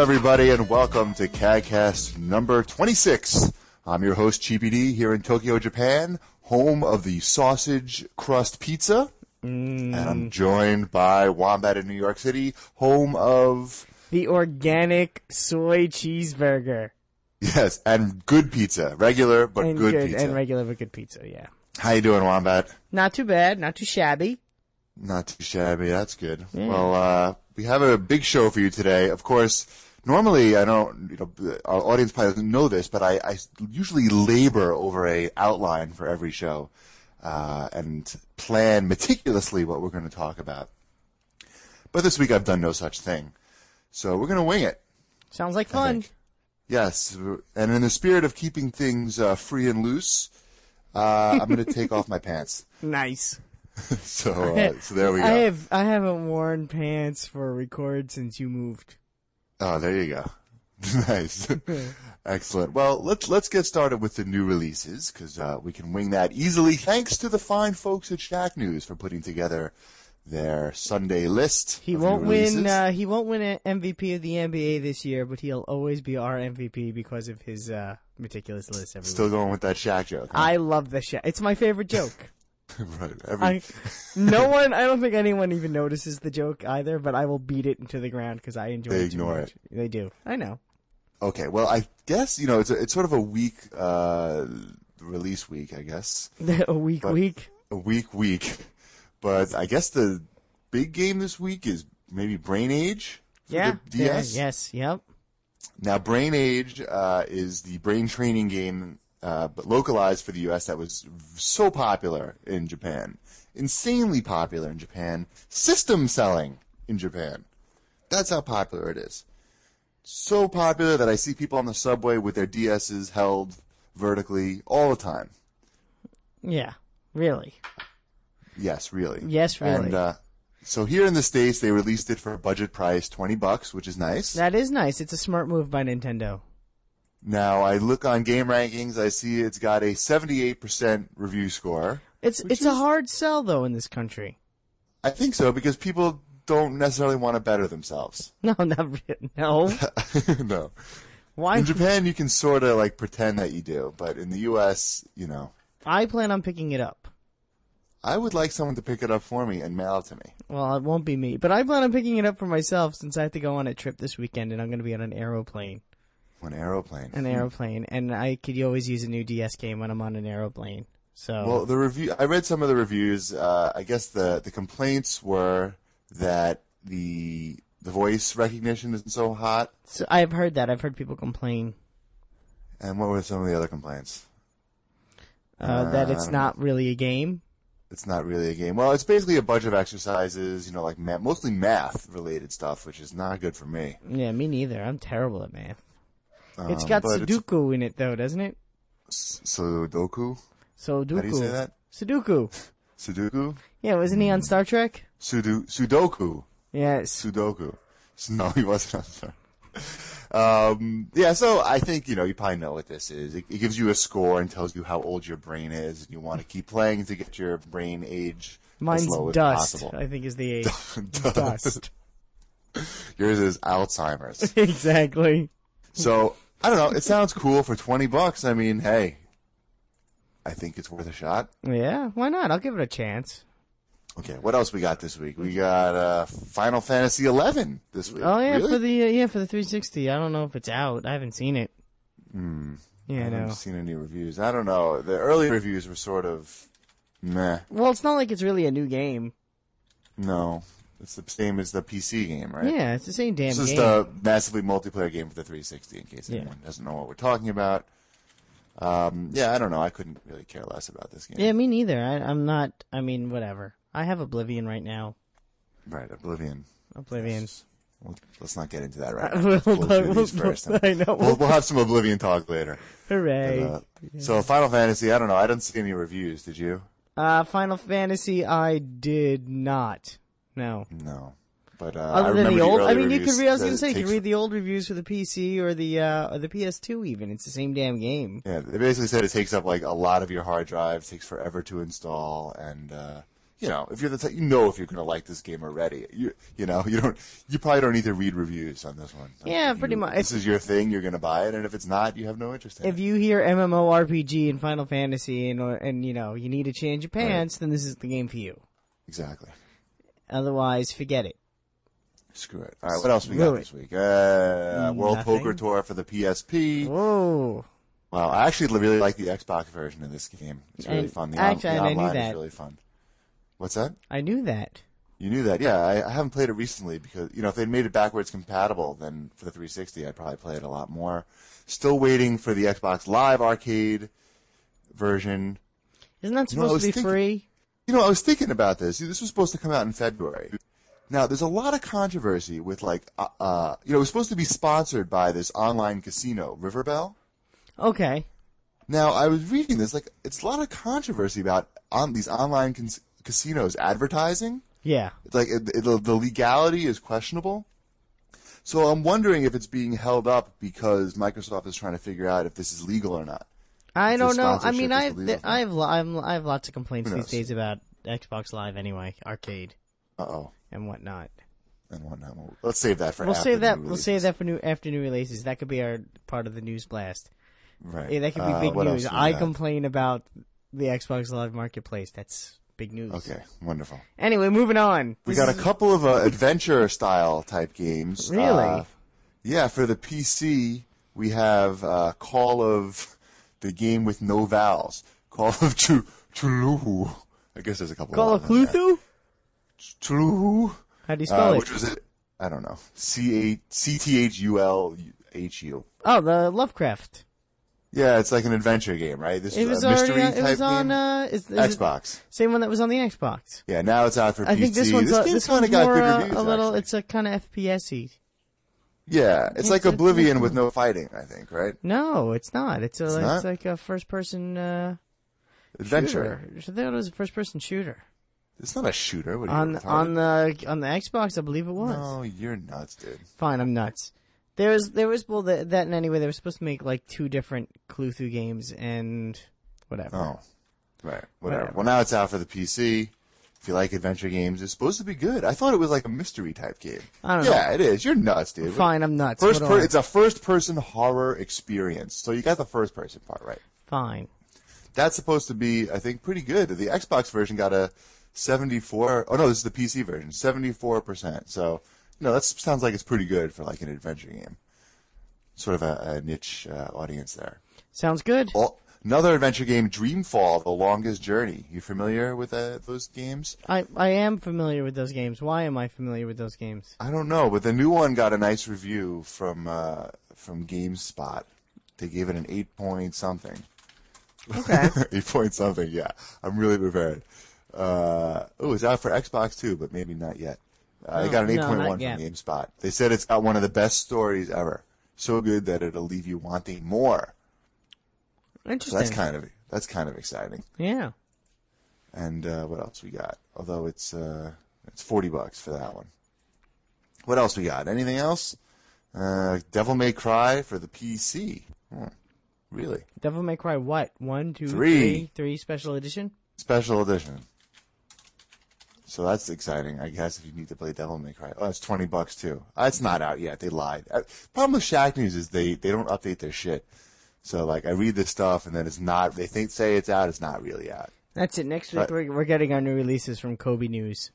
everybody, and welcome to CADcast number 26. I'm your host, Cheapy D, here in Tokyo, Japan, home of the sausage crust pizza. And Mm. I'm joined by Wombat in New York City, home of, The organic soy cheeseburger. yes, and good pizza. Regular, but And good, pizza. and regular but good pizza, yeah. How you doing, Wombat? Not too bad, not too shabby. Not too shabby. That's good. Well, uh, we have a big show for you today. Of course, normally I don't, you know, our audience probably doesn't know this, but I, I usually labor over a outline for every show, uh, and plan meticulously what we're going to talk about. But this week I've done no such thing. So we're going to wing it. Sounds like fun. Yes, and in the spirit of keeping things uh, free and loose, uh, I'm going to take off my pants. Nice. So, uh, so there we go. I have I haven't worn pants for a record since you moved. Oh, there you go. nice. Excellent. Well, let's let's get started with the new releases because uh, we can wing that easily thanks to the fine folks at Shack News for putting together their Sunday list. He of new won't releases. win uh, he won't win an MVP of the NBA this year, but he'll always be our MVP because of his uh, meticulous list every week. Still going with that Shack joke. huh? I love the shit. It's my favorite joke. right. Every, I, no one, I don't think anyone even notices the joke either, but I will beat it into the ground because I enjoy They it. too ignore much. They do. I know. okay. Well, I guess you know it's a, it's sort of a week uh, release week. I guess a week, week. a week week, but I guess the big game this week is maybe Brain Age. for Yeah. the DS. Yeah, yes. Yep. Now, Brain Age uh, is the brain training game, uh, but localized for the U.S. that was so popular in Japan, insanely popular in Japan, system selling in Japan. That's how popular it is. So popular that I see people on the subway with their DSs held vertically all the time. Yeah. Really. Yes, really. Yes, really. And uh, so here in the states, they released it for a budget price, twenty bucks, which is nice. That is nice. It's a smart move by Nintendo. Now I look on game rankings, I see it's got a 78% review score. It's it's a hard sell though in this country. I think so because people don't necessarily want to better themselves. No, not re- no. no. Why? In Japan you can sort of like pretend that you do, but in the US, you know, I plan on picking it up. I would like someone to pick it up for me and mail it to me. Well, it won't be me, but I plan on picking it up for myself since I have to go on a trip this weekend and I'm going to be on an aeroplane. An aeroplane. An aeroplane, and I could always use a new DS game when I'm on an aeroplane. So Well, the review. I read some of the reviews. Uh, I guess the the complaints were that the the voice recognition isn't so hot. So I've heard that. I've heard people complain And what were some of the other complaints? uh, that Ah. it's not really a game. it's not really a game. Well, it's basically a bunch of exercises, you know, like ma- mostly math related stuff, which is not good for me. Yeah, me neither. I'm terrible at math. Um, it's got but it's- Sudoku in it though, doesn't it? Sudoku. Sudoku. How do you say that? Sudoku. Sudoku. Yeah, wasn't he on Star Trek? Sudo- Sudoku. Yes. Sudoku. No, he wasn't. I'm sorry. Um, yeah, so I think you know you probably know what this is. It, it gives you a score and tells you how old your brain is, and you want to keep playing to get your brain age as Mine's low dust. as possible. I think is the age. dust. Yours is Alzheimer's. exactly. So I don't know. It sounds cool for twenty bucks. I mean, hey, I think it's worth a shot. Yeah. Why not? I'll give it a chance. Okay, what else we got this week? We got uh, Final Fantasy eleven this week. Oh yeah, Really? for the uh, yeah for the 360. I don't know if it's out. I haven't seen it. Hmm. Yeah, I I know. haven't seen any reviews. I don't know. The early reviews were sort of meh. Well, it's not like it's really a new game. No, it's the same as the PC game, right? Yeah, it's the same damn This is game. the massively multiplayer game for the 360. In case Yeah. anyone doesn't know what we're talking about. Um, yeah, I don't know. I couldn't really care less about this game. Yeah, me neither. I, I'm not. I mean, whatever. I have Oblivion right now. Right, Oblivion. Oblivion. Well, let's not get into that right now. We'll Let's blow talk- through these we'll- first, and I know. We'll, we'll have some Oblivion talk later. But, Hooray! uh, So Final Fantasy, I don't know. I didn't see any reviews. Did you? Uh, Final Fantasy, I did not. No. No. But uh, I Other than remember the old, early I mean, you could reviews read. I was that gonna it say, you could takes- read the old reviews for the PC or the uh, or the PS2. Even it's the same damn game. Yeah, they basically said it takes up like a lot of your hard drive, takes forever to install, and uh, you know, if you're the type, you know if you're going to like this game already. You you know you don't you probably don't need to read reviews on this one. Yeah, If pretty you- much. This is your thing. You're going to buy it, and if it's not, you have no interest in If it. you hear MMORPG and Final Fantasy and or, and you know you need to change your pants, then this is the game for you. Exactly. Otherwise, forget it. Screw it. All right, what else we got Screw it. Mm, this week? Uh, World Nothing. Poker Tour for the PSP. Whoa! Wow, I actually really like the Xbox version of this game. It's really And- fun. The, actually, on, and the I knew online is that. really fun. What's that? I knew that. You knew that, yeah. I, I haven't played it recently because you know if they'd made it backwards compatible, then for the 360, I'd probably play it a lot more. Still waiting for the Xbox Live Arcade version. Isn't that No, I supposed was to be thinking- free? You know, I was thinking about this. This was supposed to come out in February. Now, there's a lot of controversy with like, uh, uh, you know, it was supposed to be sponsored by this online casino, Riverbell. Okay. Now, I was reading this, like, it's a lot of controversy about on these online cons- casinos advertising. Yeah. It's like it, it, the legality is questionable. So I'm wondering if it's being held up because Microsoft is trying to figure out if this is legal or not. I don't know. I sponsorship mean, is I've illegal. I've lo- I'm, I have lots of complaints Who these knows? days about Xbox Live anyway, arcade Uh oh, and whatnot. and whatnot. Well, let's save that for We'll after save the that. new We'll release. save that for new after new releases. That could be our part of the news blast. Right. Yeah, that could be Uh, big what else news. do we I got? complain about the Xbox Live Marketplace. That's big news. Okay, wonderful. Anyway, moving on. We This got a is- couple of uh, adventure style type games. Really? Uh, yeah, for the PC, we have uh, Call of the game with no vowels. Call of Tru- Truluhu. I guess there's a couple Call of of Cthulhu. Truluhu. How do you spell Uh, it? which was, a, I don't know, C A C T H U L H U. Oh, the Lovecraft. Yeah, it's like an adventure game, right? This It is was a already. mystery On, it type was on. game. Uh, is, is it Xbox. same one that was on the Xbox. Yeah, now it's out for I PC. think this one's this uh, game's this kinda one's got more good uh, reviews, a little. actually. It's a kind of FPS-y. Yeah, it's, like it's- it's- Oblivion with no fighting, I think, right? No, it's not. It's a, it's, not? like a first-person uh, Adventure. shooter. I thought it was a first-person shooter It's not a shooter. What are on you on retarded? the on the Xbox. I believe it was. No, you're nuts, dude. Fine, I'm nuts. There was there was well that, that in any way they were supposed to make like two different Cluthu games and whatever. Oh, right, whatever. Whatever. Well, now it's out for the PC. If you like adventure games, it's supposed to be good. I thought it was like a mystery type game. I don't know. yeah, it is. You're nuts, dude. Fine, I'm nuts. First, What per- do I- it's a first-person horror experience. So you got the first-person part right. Fine. That's supposed to be, I think, pretty good. The Xbox version got a 74. Oh no, this is the PC version, 74 percent. So, you know, that sounds like it's pretty good for like an adventure game. Sort of a, a niche uh, audience there. Sounds good. Well, another adventure game, Dreamfall: The Longest Journey. You familiar with uh, those games? I I am familiar with those games. Why am I familiar with those games? I don't know, but the new one got a nice review from uh, from GameSpot. They gave it an eight point something. Okay. eight point something. Yeah, I'm really prepared. Uh, oh, it's out for Xbox too, but maybe not yet. Uh, they got an eight Oh, no, point one not from yet. GameSpot. They said it's got one of the best stories ever. So good that it'll leave you wanting more. So Interesting. that's kind of that's kind of exciting. yeah. And uh, what else we got? Although it's uh, it's forty bucks for that one. What else we got? Anything else? Uh, Devil May Cry for the PC. Hmm. Really Devil May Cry what? One, two, Three. three, three special edition? special edition. So that's exciting, I guess. If you need to play Devil May Cry, oh, it's twenty bucks too. Uh, it's not out yet. They lied. Uh, problem with Shack News is they they don't update their shit. So like I read this stuff and then it's not. They think say it's out. It's not really out. That's it. Next week Right. we're, we're getting our new releases from Kobe News.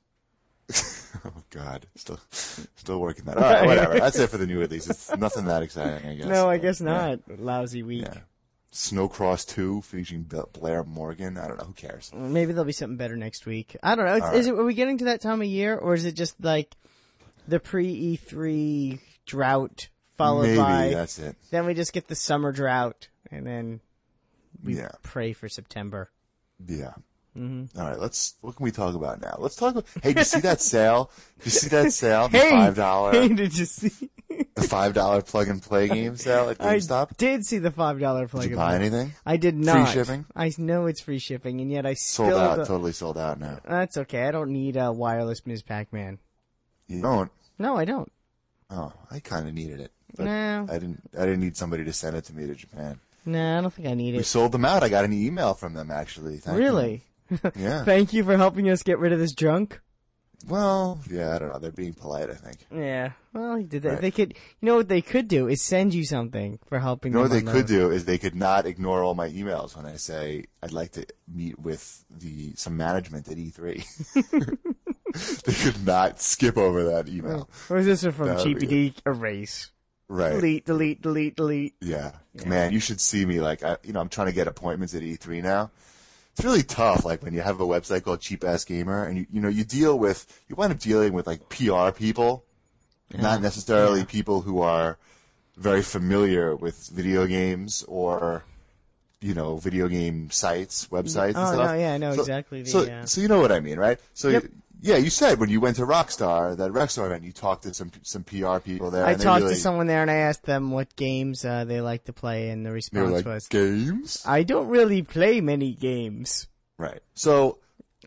Oh God, still, still working that. All right, whatever. That's it for the new release. It's nothing that exciting, I guess. No, I guess not. Lousy week. Yeah. Snowcross Two featuring B- Blair Morgan. I don't know. Who cares? Maybe there'll be something better next week. I don't know. It's, Is it? Are we getting to that time of year, or is it just like the pre E3 drought followed Maybe by that's it. then we just get the summer drought, and then we Yeah. pray for September. Yeah. Mm-hmm. All right. Let's. What can we talk about now? Let's talk. About, hey, did you see that sale? Did you see that sale? The Hey, five dollar, Hey, did you see? the five dollar plug and play game sale at I GameStop. did see the five dollar plug. Did you of buy mine. anything? I did not. shipping? I know it's free shipping, and yet I Sold still. out. don't- Totally sold out now. That's okay. I don't need a wireless Ms. Pac-Man. Oh. You don't. No, I don't. Oh, I kind of needed it. But No. I didn't. I didn't need somebody to send it to me to Japan. No, I don't think I need We it. sold them out. I got an email from them actually. Thank you. Really? Yeah. Thank you for helping us get rid of this junk. Well, yeah, I don't know. They're being polite, I think. Yeah. Well, he did that. Right. They could, you know what they could do is send you something for helping You know what them. they on could the- do is they could not ignore all my emails when I say I'd like to meet with the some management at E3. they could not skip over that email. Or is this one from That would be GPD Erase? Right. Delete, delete, delete, delete. Yeah. Man, you should see me. Like, I, you know, I'm trying to get appointments at E3 now. It's really tough. Like when you have a website called Cheap Ass Gamer and you, you know, you deal with, you wind up dealing with like PR people, not necessarily people who are very familiar with video games or, you know, video game sites, websites and Oh, stuff. no, yeah, I know So- exactly the, so, uh, so you know what I mean, right? So, Yep. yeah, you said when you went to Rockstar, that Rockstar event, you talked to some, some PR people there. I and they talked really- to someone there and I asked them what games uh, they like to play, and the They were response like, was, games? "I don't really play many games." Right. So,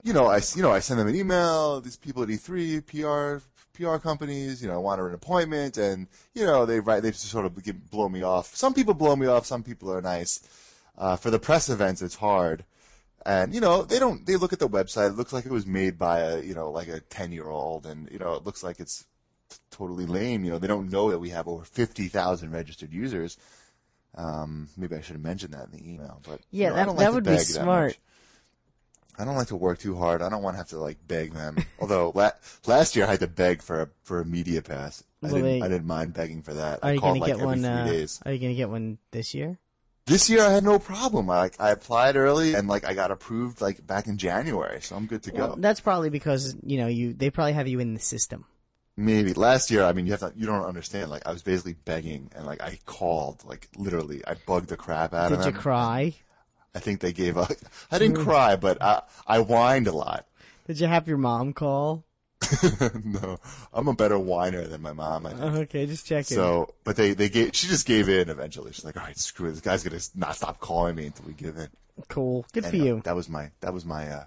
you know, I you know I send them an email. These people at E E3 PR PR companies, you know, I want an appointment, and you know they write they just sort of get, blow me off. Some people blow me off. Some people are nice. Uh, for the press events, it's hard. And you know they don't. They look at the website. It looks like it was made by a you know like a ten year old, and you know it looks like it's t- totally lame. You know they don't know that we have over fifty thousand registered users. Um, maybe I should have mentioned that in the email, but you Yeah, know, I that- don't that like to would be beg smart. much. I don't like to work too hard. I don't want to have to like beg them. Although la- last year I had to beg for a for a media pass. I Well, didn't they- I didn't mind begging for that. Are I you called gonna like get every one? three Uh, days. Are you gonna get one this year? This year I had no problem. I like I applied early and like I got approved like back in January, so I'm good to Well, go. that's probably because you know you they probably have you in the system. Maybe last year I mean you have to you don't understand. Like I was basically begging and like I called like literally I bugged the crap out of Did you them. cry? I think they gave up. I didn't cry, but I I whined a lot. Did you have your mom call? no, I'm a better whiner than my mom. I think. Oh, okay, just checking. So, but they, they gave, she just gave in eventually. She's like, all right, screw it. This guy's going to not stop calling me until we give in. cool. Good for Anyway, you. That was my, that was my, uh,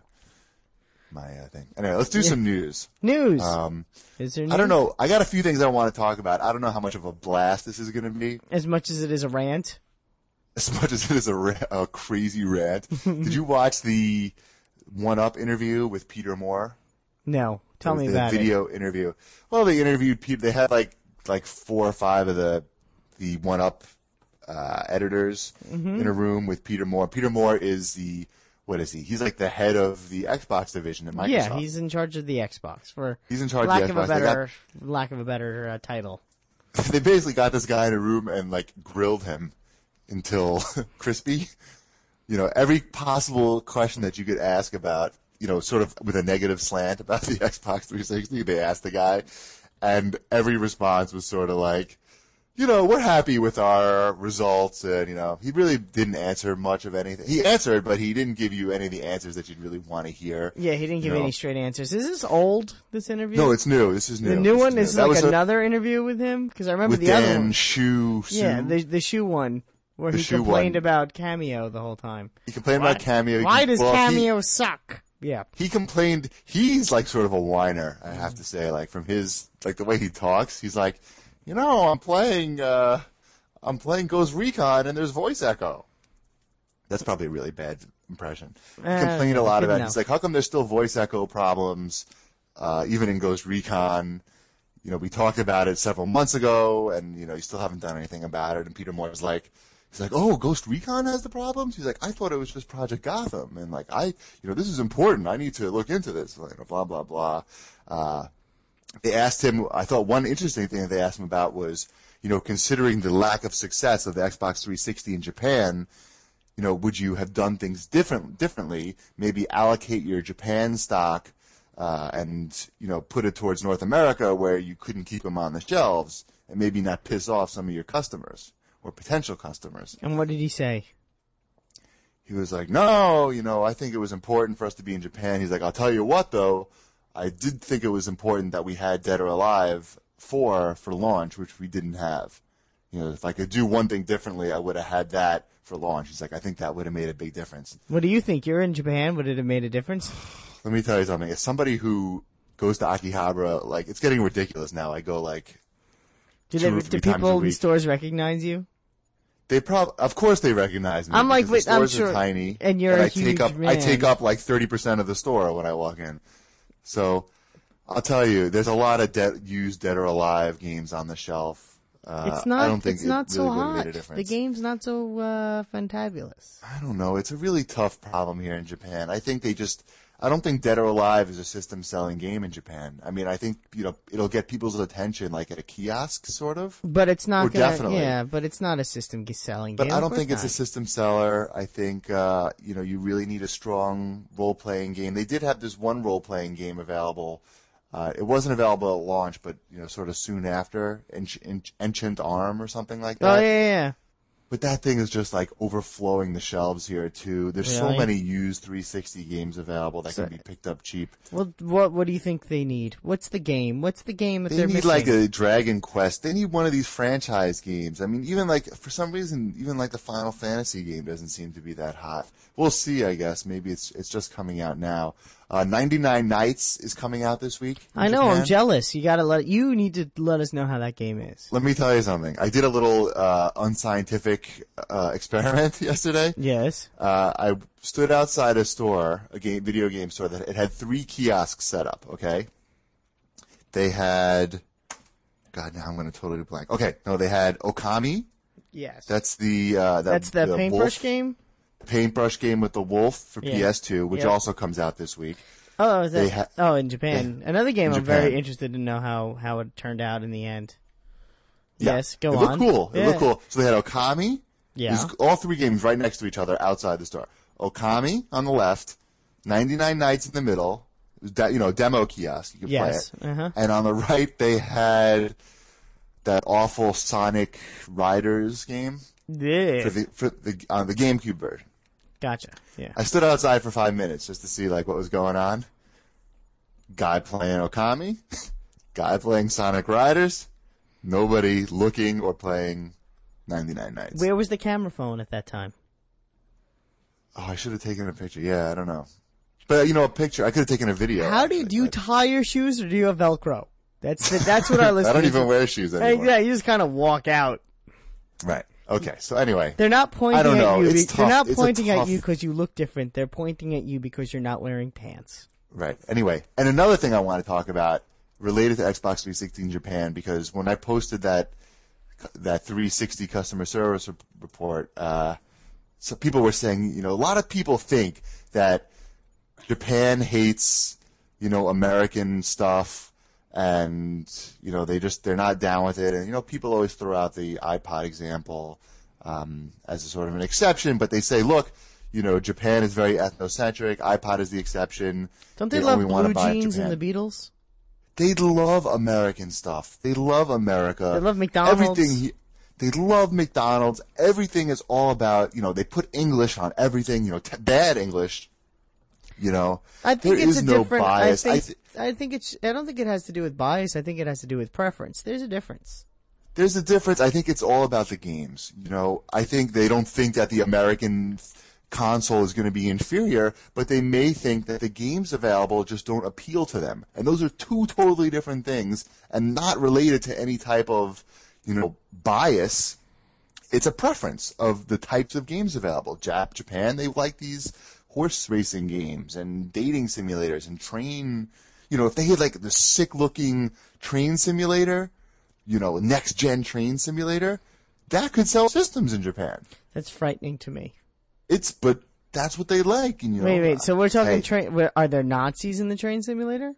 my, uh, thing. Anyway, let's do some news. News. Um, is there? News? I don't know. I got a few things I want to talk about. I don't know how much of a blast this is going to be As much as it is a rant. as much as it is a, ra- a crazy rant. Did you watch the one up interview with Peter Moore? No, tell me the about it. video interview. Well, they interviewed people. They had like like four or five of the the one up uh, editors Mm-hmm. in a room with Peter Moore. Peter Moore is the what is he? He's like the head of the Xbox division at Microsoft. Yeah, he's in charge of the Xbox for He's in charge lack of of the a Xbox. They better lack of a better uh, title. got- they basically got this guy in a room and like grilled him until crispy. You know, every possible question that you could ask about, you know, sort of with a negative slant about the Xbox 360, they asked the guy, and every response was sort of like, you know, we're happy with our results, and you know, he really didn't answer much of anything. He answered, but he didn't give you any of the answers that you'd really want to hear. Yeah, he didn't give No. any straight answers. Is this old? This interview? No, it's new. This is new. the new This one. This is That like was a- another interview with him because I remember with the other Dan one. Shu. Yeah, Su- the the shoe one where The he shoe complained one. about cameo the whole time. He complained about Cameo. He Why com- does well, he- cameo suck? Yeah, He, complained. He's like sort of a whiner, I have to say. Like from his like the way he talks, he's like, you know, I'm playing, uh, I'm playing Ghost Recon, and there's voice echo. That's probably a really bad impression. He Uh, complained a lot good about. it. enough. He's like, how come there's still voice echo problems, uh, even in Ghost Recon? you know, we talked about it several months ago, and you know, you still haven't done anything about it. And Peter Moore's like, he's like, oh, Ghost Recon has the problems. He's like, I thought it was just Project Gotham, and like, I, you know, this is important. I need to look into this. You know, blah blah blah. Uh, they asked him. I thought one interesting thing that they asked him about was, you know, considering the lack of success of the Xbox 360 in Japan. You know, would you have done things different differently? Maybe allocate your Japan stock uh, and you know put it towards North America where you couldn't keep them on the shelves and maybe not piss off some of your customers or potential customers. and what did he say? He was like, "No, you know, I think it was important for us to be in Japan." He's like, "I'll tell you what though, I did think it was important that we had Dead or Alive 4 for launch, which we didn't have. You know, if I could do one thing differently, I would have had that for launch." He's like, "I think that would have made a big difference." What do you think? You're in Japan. Would it have made a difference? Let me tell you something. As somebody who goes to Akihabara, like it's getting ridiculous now. I go like Do, Two they, or do three times a people in week. stores recognize you? They probably, of course, they recognize me. I'm like, because the wait, I'm stores are sure- tiny, and you're a I huge take up, I man. take up like thirty percent of the store when I walk in. So, I'll tell you, there's a lot of dead, used Dead or Alive games on the shelf. Uh, It's not. I don't think it's it not so really would have hot. made a difference. The game's not so uh, fantabulous. I don't know. It's a really tough problem here in Japan. I think they just. I don't think Dead or Alive is a system selling game in Japan. I mean, I think you know it'll get people's attention like at a kiosk, sort of. But it's not Well, gonna, definitely. yeah. But it's not a system g- selling But game. I Of don't course think it's a not. system seller. I think uh, you know you really need a strong role playing game. They did have this one role playing game available. Uh, it wasn't available at launch, but you know sort of soon after, Ench- Ench- Ancient Arm or something like that. Oh yeah, yeah, yeah. But that thing is just like overflowing the shelves here too. There's so Really? many used 360 games available that can be picked up cheap. Well, what what do you think they need? What's the game? What's the game that They are need missing? like a Dragon Quest. They need one of these franchise games. I mean, even like for some reason, even like the Final Fantasy game doesn't seem to be that hot. We'll see. I guess maybe it's it's just coming out now. Uh, 99 Nights is coming out this week. in I know. I'm Japan. jealous. You gotta let you need to let us know how that game is. Let me tell you something. I did a little uh, unscientific uh, experiment yesterday. Yes. uh, I stood outside a store, a game, video game store that it had three kiosks set up. Okay, they had, God, now I'm going to totally blank. Okay, no, they had Okami. Yes. That's the uh, that, That's the, paintbrush wolf- game. Paintbrush game with the wolf for Yeah. PS2, which Yep. also comes out this week. Oh, is They that, ha- oh, in Japan. Another game I'm very Japan. interested to know how how it turned out in the end. Yeah. Yes, go it on. looked cool. It Yeah. looked cool. So they had Okami. Yeah. These- all three games right next to each other outside the store. Okami on the left, 99 Nights in the middle. It was de- you know, demo kiosk. You could Yes, play it. uh-huh. And on the right, they had that awful Sonic Riders game Yeah. for the, for the, on the GameCube version. Gotcha. Yeah. I stood outside for five minutes just to see like what was going on. Guy playing Okami, guy playing Sonic Riders, nobody looking or playing 99 Nights. Where was the camera phone at that time? Oh, I should have taken a picture. Yeah, I don't know. But you know, a picture. I could have taken a video. How did actually. you tie your shoes, or do you have Velcro? That's the, that's what our listeners. I don't even wear shoes Hey, anymore. Yeah, you just kind of walk out. Right. Okay. So anyway, They're not pointing don't at know. you. It's be- They're tough. not It's a pointing at tough- you because you look different. They're pointing at you because you're not wearing pants. right. Anyway, and another thing I want to talk about related to Xbox 360 in Japan because when I posted that that 360 customer service re- report, uh, so people were saying, you know, a lot of people think that Japan hates, you know, American stuff and, you know, they just, they're not down with it. And, you know, people always throw out the iPod example, um, as a sort of an exception, but they say, look, you know, Japan is very ethnocentric. iPod is the exception. Don't they, love only oh, wanna blue buy in jeans and the Japan." Beatles? They love American stuff. They love America. They love McDonald's. Everything. he- They love McDonald's. Everything is all about you know. They put English on everything. You know, t- bad English. You know, I think there is it's a no different. bias. I think. I th- I think it's. I don't think it has to do with bias. I think it has to do with preference. There's a difference. there's a difference. I think it's all about the games. You know, I think they don't think that the American console is going to be inferior, but they may think that the games available just don't appeal to them. And those are two totally different things and not related to any type of, you know, bias. It's a preference of the types of games available. Jap Japan, they like these horse racing games and dating simulators and train, you know, if they had like the sick looking train simulator, you know, next gen train simulator, that could sell systems in Japan. That's frightening to me. It's but that's what they like. And, you know, Wait, wait. So we're talking hey. train. where- Are there Nazis in the train simulator?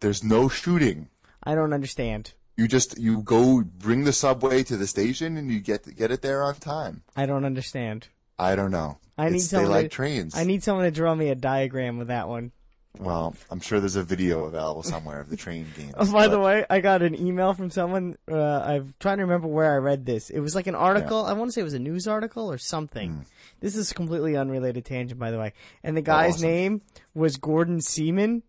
there's no shooting. I don't understand. You just you go bring the subway to the station and you get get it there on time. I don't understand. I don't know. I need It's- they someone. like to, trains. I need someone to draw me a diagram with that one. well, I'm sure there's a video available somewhere of the train games. Oh, by but- the way, I got an email from someone. Uh, I'm trying to remember where I read this. It was like an article. I want to say it was a news article or something. Hmm. This is a completely unrelated tangent, by the way. And the guy's awesome. name was Gordon Seaman,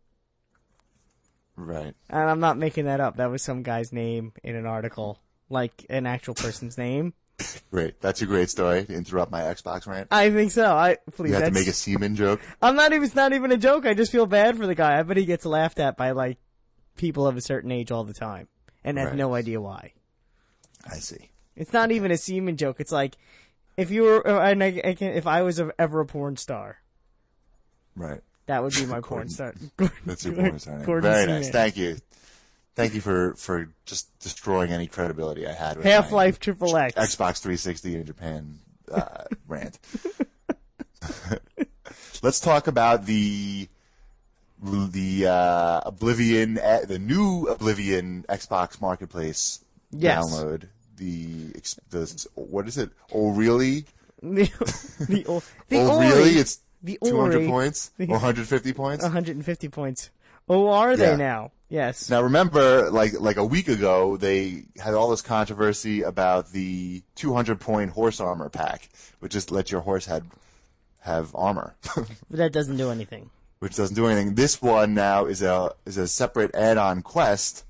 right. and I'm not making that up. That was some guy's name in an article, like an actual person's name. Great. That's a great story to interrupt my Xbox rant. I think so. I please. You had to that's, make a semen joke. I'm not even. It's not even a joke. I just feel bad for the guy. I bet he gets laughed at by like people of a certain age all the time, and have Right. no idea why. I see. It's not even a semen joke. It's like if you were, or- and I, I can, if I was ever a porn star, Right. that would be my porn Gordon. star. That's your point. Sonny. Gordon Very Seaman. nice. Thank you. Thank you for, for just destroying any credibility I had with my Half Life Triple X. Xbox 360 in Japan uh, rant. Let's talk about the the uh, Oblivion, eh, the new Oblivion Xbox Marketplace Yes. download. The, ex- the what is it? Oh really? the the, ol- the oh Ori, really? It's the 200 Ori, Uh-huh. points, 150 points. 150 points. Oh, are they Yeah. now? Yes. Now remember, like like a week ago, they had all this controversy about the 200 point horse armor pack, which just lets your horse had have armor, But that doesn't do anything. which doesn't do anything. This one now is a is a separate add-on quest,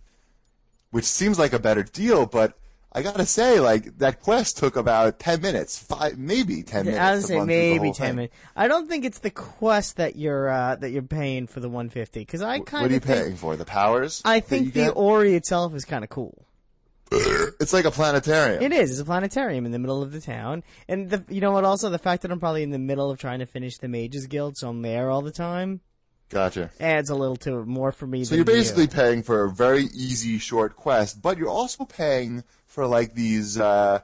which seems like a better deal, but I gotta say, like that quest took about 10 minutes, five maybe 10 minutes. I to would say run through the maybe whole ten thing. minutes. I don't think it's the quest that you're uh, that you're paying for the 150 because I kind of What are you think, paying for? The powers? I that think you the get? Ori itself is kind of cool. it's like a planetarium. It is. It's a planetarium in the middle of the town, and the you know what? Also, the fact that I'm probably in the middle of trying to finish the Mages Guild, so I'm there all the time, gotcha. adds a little to it more for me. So you're basically paying for a very easy short quest, but you're also paying for like these uh,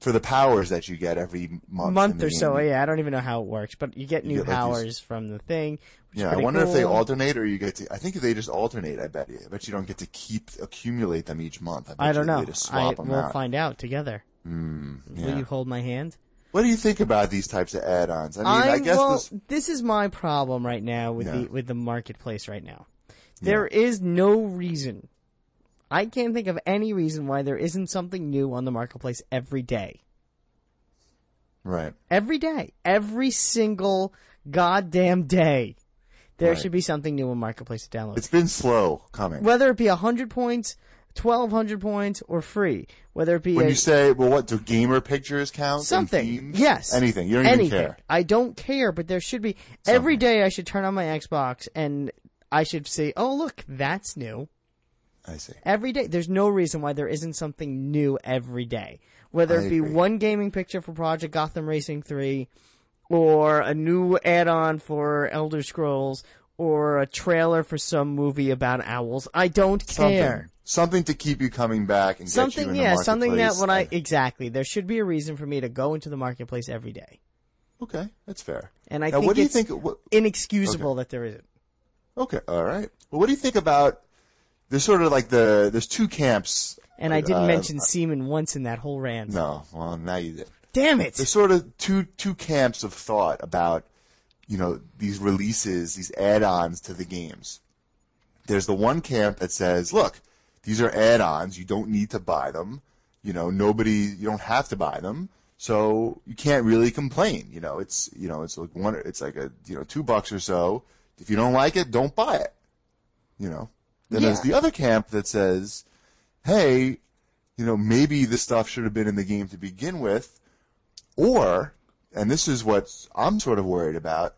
for the powers that you get every month. in month the or so. game. Yeah, I don't even know how it works, but you get new get, like, these- powers from the thing. Which Yeah, is I pretty wonder if they cool. alternate or you get to. I think they just alternate. I bet. you. I bet you don't get to keep accumulate them each month. I, bet I don't you know. They just I, swap them we'll out. Hmm, find out together. Will Yeah. you hold my hand? What do you think about these types of add-ons? I mean, I, I'm- guess well, this. is my problem right now with Yeah. the with the marketplace right now. There is no reason. I can't think of any reason why there isn't something new on the marketplace every day. Right. Every day, every single goddamn day, there Right. should be something new on marketplace to download. It's been slow coming. whether it be hundred points, twelve hundred points, or free. Whether it be when a, you say, well, what do gamer pictures count? and something. themes? Yes. Anything. You don't Anything. even care. I don't care, but there should be every day I should turn on my Xbox and I should say, "Oh, look, that's new." I see. Every day there's no reason why there isn't something new every day. Whether I it be agree. one gaming picture for Project Gotham Racing 3 or a new add-on for Elder Scrolls or a trailer for some movie about owls, I don't something, care. something to keep you coming back and get you Something, in yeah, the something that marketplace. when I exactly there should be a reason for me to go into the marketplace every day, okay, that's fair. and I now, think what do you it's think? What, inexcusable that there isn't. okay, all right. Well, what do you think about? There's sort of like the there's two camps. And I didn't Uh, mention semen once in that whole rant. No, well now you did. Damn it! There's sort of two two camps of thought about you know these releases, these add-ons to the games. There's the one camp that says, look, these are add-ons. You don't need to buy them. You know, nobody. You don't have to buy them. So you can't really complain. You know, it's you know it's like one. It's like a you know two bucks or so. If you don't like it, don't buy it. You know. Then there's Yeah. the other camp that says, hey, you know, maybe this stuff should have been in the game to begin with, or, and this is what I'm sort of worried about,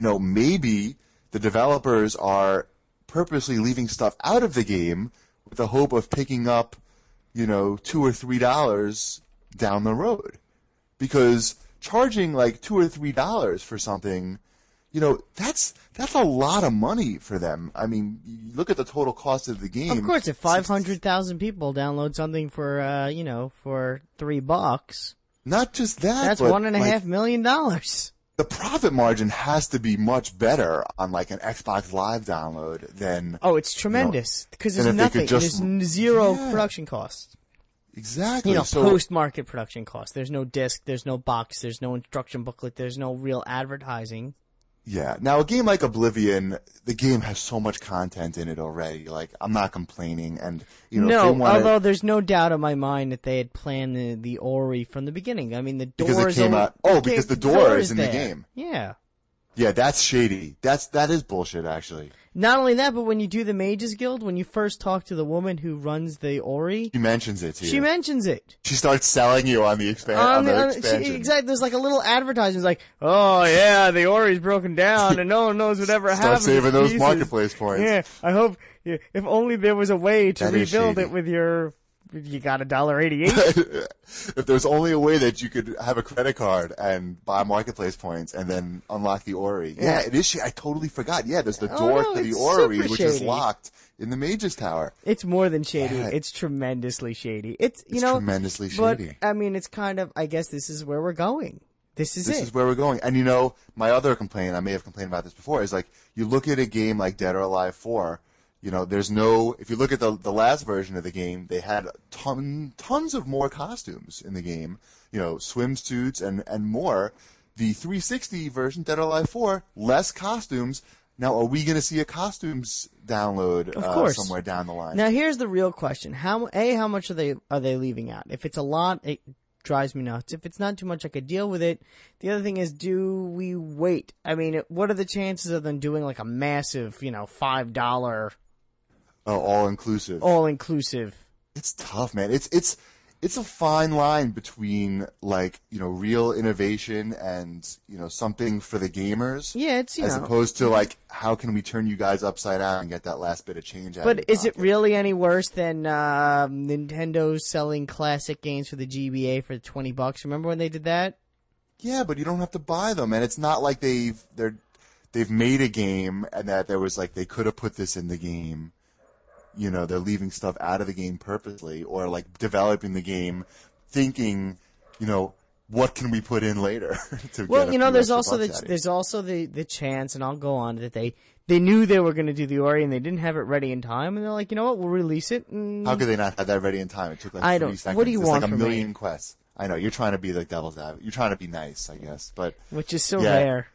you know, maybe the developers are purposely leaving stuff out of the game with the hope of picking up, you know, two or three dollars down the road. Because charging like two or three dollars for something, you know, that's, that's a lot of money for them. I mean, you look at the total cost of the game. of course, if Six- five hundred thousand people download something for uh, you know for three bucks, Not just that. that's but, one and a half million like, dollars. The profit margin has to be much better on like an Xbox Live download than Oh, it's tremendous because and there's if they nothing. could just- there's n- zero Yeah. production costs. exactly. You know, so post market production costs. There's no disc. There's no box. There's no instruction booklet. There's no real advertising. yeah. Now a game like Oblivion, the game has so much content in it already. Like I'm not complaining, and you know, if they No, wanna- although there's no doubt in my mind that they had planned the, the Ori from the beginning. I mean, the door Because it is came al- out- oh, it because came- the door is in the there. game. Yeah. yeah, that's shady. That's that is bullshit. Actually, Not only that, but when you do the Mages Guild, when you first talk to the woman who runs the Ori, she mentions it to she you. mentions it. she starts selling you on the expansion. Um, on the, uh, she- expansion. exactly. There's like a little advertisement, it's like, "Oh yeah, the Ori's broken down, and no one knows what ever Start happened." to saving those pieces." marketplace points. Yeah, I hope. yeah, If only there was a way to That is rebuild shady. it with your you got a dollar eighty-eight. if there's only a way that you could have a credit card and buy marketplace points and then unlock the Ori. Yeah, it is. I totally forgot. Yeah, there's the Oh, door no, to the it's Ori, super which is shady. locked in the Mage's Tower. It's more than shady. Yeah. It's tremendously shady. It's you It's know tremendously but, shady. I mean, it's kind of. I guess this is where we're going. This is This it. is where we're going. And you know, my other complaint, I may have complained about this before, is like you look at a game like Dead or Alive 4, you know, there's no, if you look at the, the last version of the game, they had ton, tons of more costumes in the game, you know, swimsuits and, and more. The 360 version, Dead or Alive 4, less costumes. Now, are we going to see a costumes download uh, course. somewhere down the line? now, here's the real question: How a how much are they are they leaving out? If it's a lot, it drives me nuts. If it's not too much, I could deal with it. The other thing is, do we wait? I mean, what are the chances of them doing like a massive, you know, five dollar Oh, all inclusive. all inclusive? It's tough, man. It's it's it's a fine line between like you know real innovation and you know something for the gamers, Yeah, it's you as know. opposed to like how can we turn you guys upside down and get that last bit of change out. But of your is it pocket. really any worse than um Nintendo selling classic games for the GBA for twenty bucks? Remember when they did that? Yeah, but you don't have to buy them, and it's not like they've they're they've made a game and that there was like they could have put this in the game. You know, they're leaving stuff out of the game purposely, or like developing the game, thinking, you know, what can we put in later? to get Well, a you know, few there's extra also bucks out the of it. there's also the the chance, and I'll go on that they they knew they were going to do the Ori and they didn't have it ready in time, and they're like, you know what, we'll release it. And How could they not have that ready in time? It took like I three don't- seconds. what do you It's want like a from me? million quests. I know you're trying to be like devil's advocate. You're trying to be nice, I guess. But which is so Yeah. rare.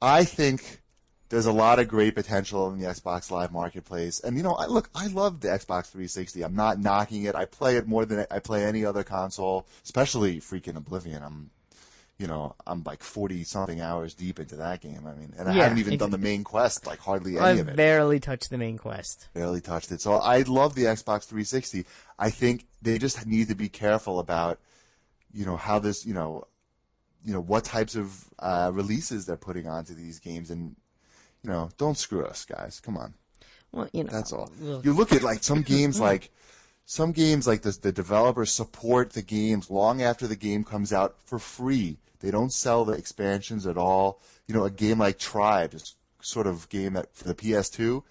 I think there's a lot of great potential in the Xbox Live Marketplace. And you know, I, look, I love the Xbox 360. I'm not knocking it. I play it more than I play any other console, especially freaking Oblivion. I'm, you know, I'm like 40 something hours deep into that game. I mean, and I Yeah, haven't even ex- done the main quest, like hardly any of I've it. barely touched the main quest. barely touched it. So I love the Xbox 360. I think they just need to be careful about, you know, how this, you know, you know what types of uh, releases they're putting onto these games, and you know, don't screw us, guys. Come on, Well, you know, that's all. Ugh. You look at like some games, like some games, like the the developers support the games long after the game comes out for free. They don't sell the expansions at all. You know, a game like Tribe is sort of game that for the PS2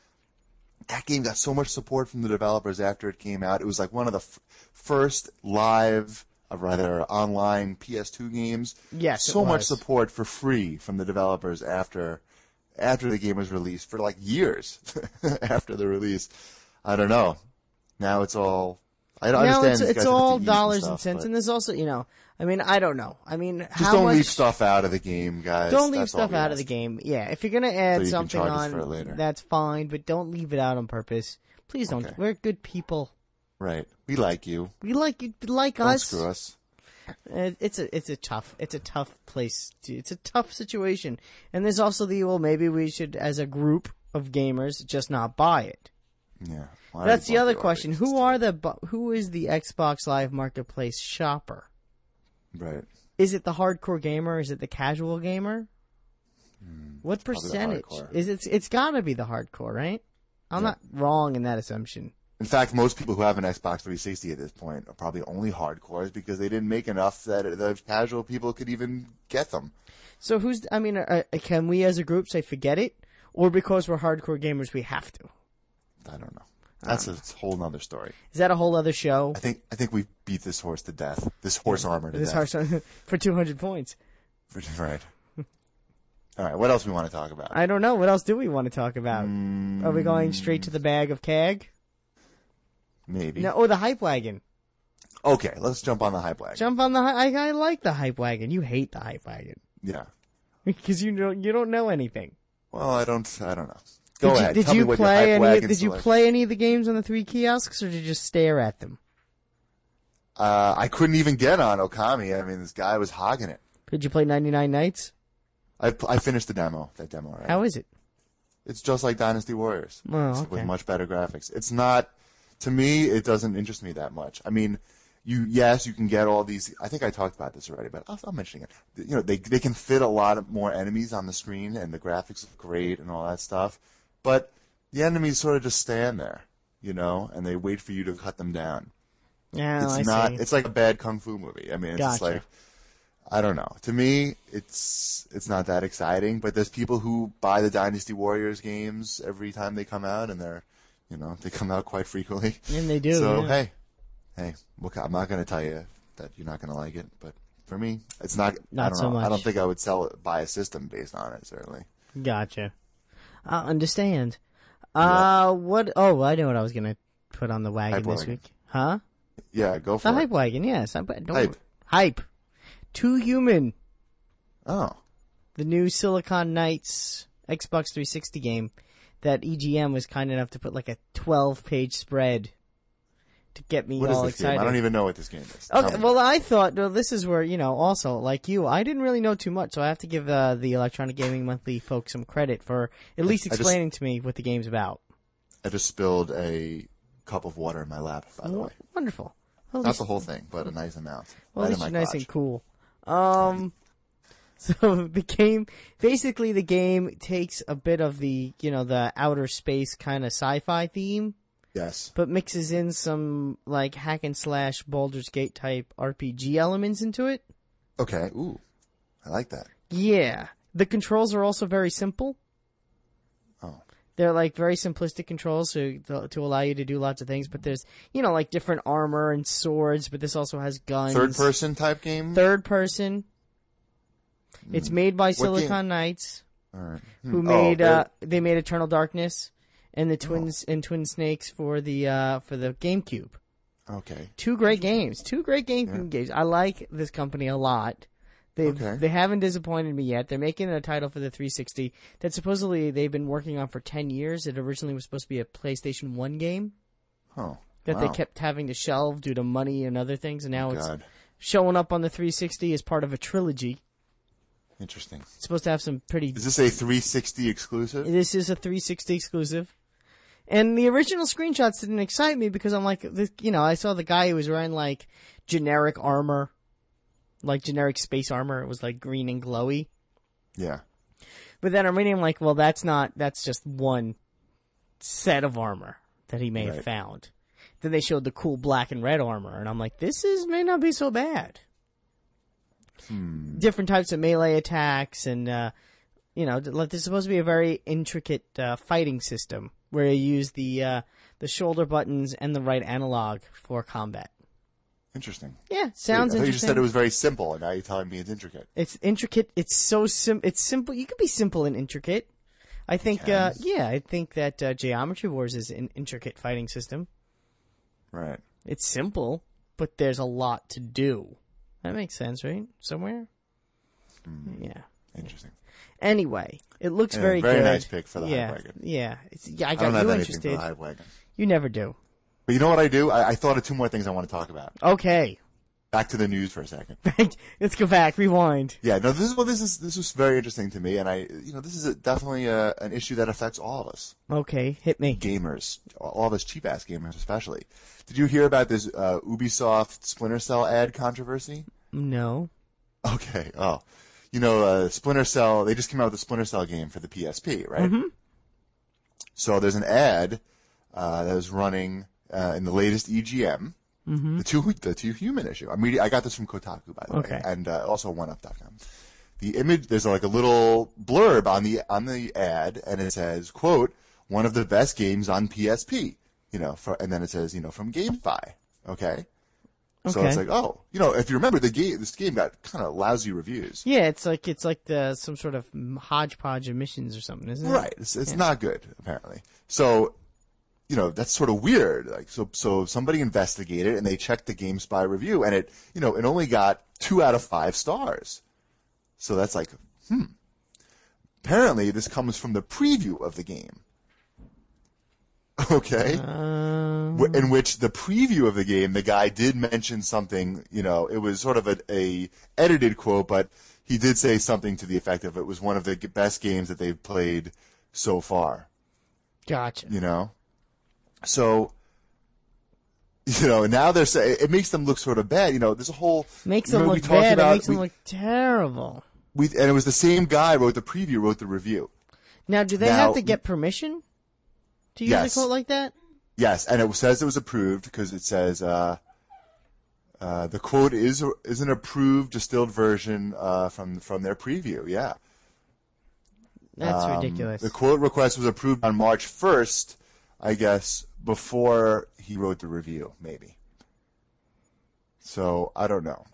that game got so much support from the developers after it came out. It was like one of the f- first live, or rather online PS2 games. Yes, it so much was. support for free from the developers after after the game was released for like years after the release. I don't know. Now it's all. I don't No, understand. it's these guys it's with the all fees dollars and, stuff, and cents, but and there's also you know, I mean, I don't know. I mean, Just how don't much leave stuff out of the game, guys. Don't leave That's all stuff we out of ask. the game. Yeah, if you're gonna you add can something charge us for it on, later. that's fine, but don't leave it out on purpose. Please don't. Okay. We're good people. Right. We like you. We like you like Don't us. screw us. Uh, It's a it's a tough it's a tough place. To, it's a tough situation, and there's also the well maybe we should as a group of gamers just not buy it. Yeah. Why That's do the you want other the question. Who are the bu- who is the Xbox Live Marketplace shopper? Right. Is it the hardcore gamer? Is it the casual gamer? what Hmm, probably the percentage hardcore. is it? It's got to be the hardcore, right? I'm not wrong in that assumption. In fact, most people who have an Xbox 360 at this point are probably only hardcores because they didn't make enough that the casual people could even get them. So who's? I mean, uh, uh, can we as a group say forget it, or because we're hardcore gamers we have to? I don't know. That's a whole nother story. Is that a whole other show? I think I think we beat this horse to death. This horse armor to This death. harsh for 200 points. right. All right. What else we want to talk about? I don't know. What else do we want to talk about? Are we going straight to the Hmm. bag of cag? Maybe. No. Oh, the hype wagon. Okay. Let's jump on the hype wagon. Jump on the. Hi- I, I like the hype wagon. You hate the hype wagon Yeah. because you don't you don't know anything. Well, I don't. I don't know. Go did you, ahead. Did Tell you me what play your hype any? wagon did you selection- play any of the games on the three kiosks, or did you just stare at them? Uh, I couldn't even get on Okami. I mean, this guy was hogging it. Did you play 99 Nights? I, pl- I finished the demo. That demo. Right. How is it? It's just like Dynasty Warriors Oh, It's okay. with much better graphics. It's not to me. It doesn't interest me that much. I mean, you yes, you can get all these. I think I talked about this already, but I'll, I'll mention it. again. You know, they they can fit a lot of more enemies on the screen, and the graphics look great and all that stuff. But the enemies sort of just stand there, you know, and they wait for you to cut them down. Yeah, it's Oh, I not. see. It's like a bad kung fu movie. I mean, it's just Gotcha. like I don't know. To me, it's it's not that exciting. But there's people who buy the Dynasty Warriors games every time they come out, and they're you know they come out quite frequently. And they do, So yeah. hey, hey, look, I'm not gonna tell you that you're not gonna like it, but for me, it's not. I Not don't so know. I much. don't think I would sell it buy a system based on it. Certainly. Gotcha. I understand. Uh, what? Oh, I know what I was gonna put on the wagon Hype this wagon. week, huh? Yeah, go for The it. hype wagon, yes. I bet. Don't Hype. hype. Too human. Oh, The new Silicon Knights Xbox 360 game that EGM was kind enough to put like a 12 page spread to get me what is all this excited. game? I don't even know what this game is. Tell Okay, me. well, I thought well, this is where you know. Also, like you, I didn't really know too much, so I have to give uh, the Electronic Gaming Monthly folks some credit for at least I just- explaining to me what the game's about. I just spilled a cup of water in my lap. By the way. Wonderful. Well, at Not least- the whole thing, but a nice amount. well, Right at in least my you're nice crotch. and cool. Um, so the game, basically, the game takes a bit of the you know the outer space kind of sci-fi theme, Yes. but mixes in some like hack and slash Baldur's Gate type RPG elements into it. Okay. Ooh, I like that. Yeah, the controls are also very simple. Oh, they're like very simplistic controls to to allow you to do lots of things. But there's you know like different armor and swords, but this also has guns. third person type game. Third person. It's made by Silicon Hmm. game? Knights, All right. who Hmm. made Oh, uh, they made Eternal Darkness and the Twins and Twin Snakes for the uh, for the GameCube. they're- okay. Two great games. Two great GameCube games. I like this company a lot. They Okay. they haven't disappointed me yet. They're making a title for the 360 that supposedly they've been working on for 10 years. It originally was supposed to be a PlayStation 1 game Oh, that wow. they kept having to shelve due to money and other things and now it's God, showing up on the 360 as part of a trilogy. interesting. It's supposed to have some pretty Is this a 360 exclusive? This is a 360 exclusive. And the original screenshots didn't excite me because I'm like, this, you know, I saw the guy who was wearing like generic armor, like generic space armor. It was like green and glowy. Yeah. But then I'm reading, I'm like, well, that's not, that's just one set of armor that he may have Right. found. Then they showed the cool black and red armor, and I'm like, this is may not be so bad. Hmm. Different types of melee attacks, and uh, you know, like there's supposed to be a very intricate uh, fighting system where you use the uh, the shoulder buttons and the right analog for combat. Interesting. Yeah, sounds I thought you interesting. just said it was very simple, and now you're telling me it's intricate. It's intricate. It's so sim. It's simple. You could be simple and intricate. I think. Uh, yeah, I think that uh, Geometry Wars is an intricate fighting system. Right. It's simple, but there's a lot to do. That makes sense, right? Somewhere. Yeah. Interesting. Anyway, it looks very Hmm. very good. nice pick for the yeah, hype wagon. Yeah, it's, yeah. I I don't got have you anything for the interested. hype wagon. You never do. But you know what I do? I, I thought of two more things I want to talk about. Okay, Back to the news for a second. let's go back. Rewind. Yeah, no, this is well, this is this was very interesting to me, and I, you know, this is a, definitely a, an issue that affects all of us Okay, hit me. gamers, all of us cheap ass gamers, especially. Did you hear about this uh, Ubisoft Splinter Cell ad controversy? No. Okay, oh, you know, uh, Splinter Cell, they just came out with a Splinter Cell game for the PSP, right? Mm-hmm. So there's an ad uh, that was running uh, in the latest EGM. Mm-hmm. The two the two human issue. I mean, I got this from Kotaku by the Okay. way, and uh, also OneUp.com. The image there's like a little blurb on the on the ad, and it says, "quote One of the best games on PSP." You know, for, and then it says, you know, from GameFi. Okay. So Okay. it's like, oh, you know, if you remember the game, this game got kind of lousy reviews. Yeah, it's like it's like the some sort of hodgepodge of missions or something, isn't it? Right. It's, it's not good, apparently. So, you know, that's sort of weird. Like, so, so somebody investigated and they checked the GameSpy review and it, you know, it only got two out of five stars. So that's like, hmm. Apparently this comes from the preview of the game. Okay. Wh- Mm-hmm. in which the preview of the game, the guy did mention something, you know, it was sort of a, a edited quote, but he did say something to the effect of it was one of the g- best games that they've played so far, Gotcha. you know? So, you know, now they're saying it makes them look sort of bad. You know, there's a whole Makes you them know, we look talked bad. about- it makes we, them look terrible. we- and it was the same guy wrote the preview, wrote the review. Now, do they Now- have to get permission to use Yes. a quote like that? Yes, and it says it was approved because it says uh, Uh, the quote is is an approved distilled version uh, from from their preview. Yeah, That's Um, ridiculous. The quote request was approved on March first, I guess, before he wrote the review, maybe. So I don't know,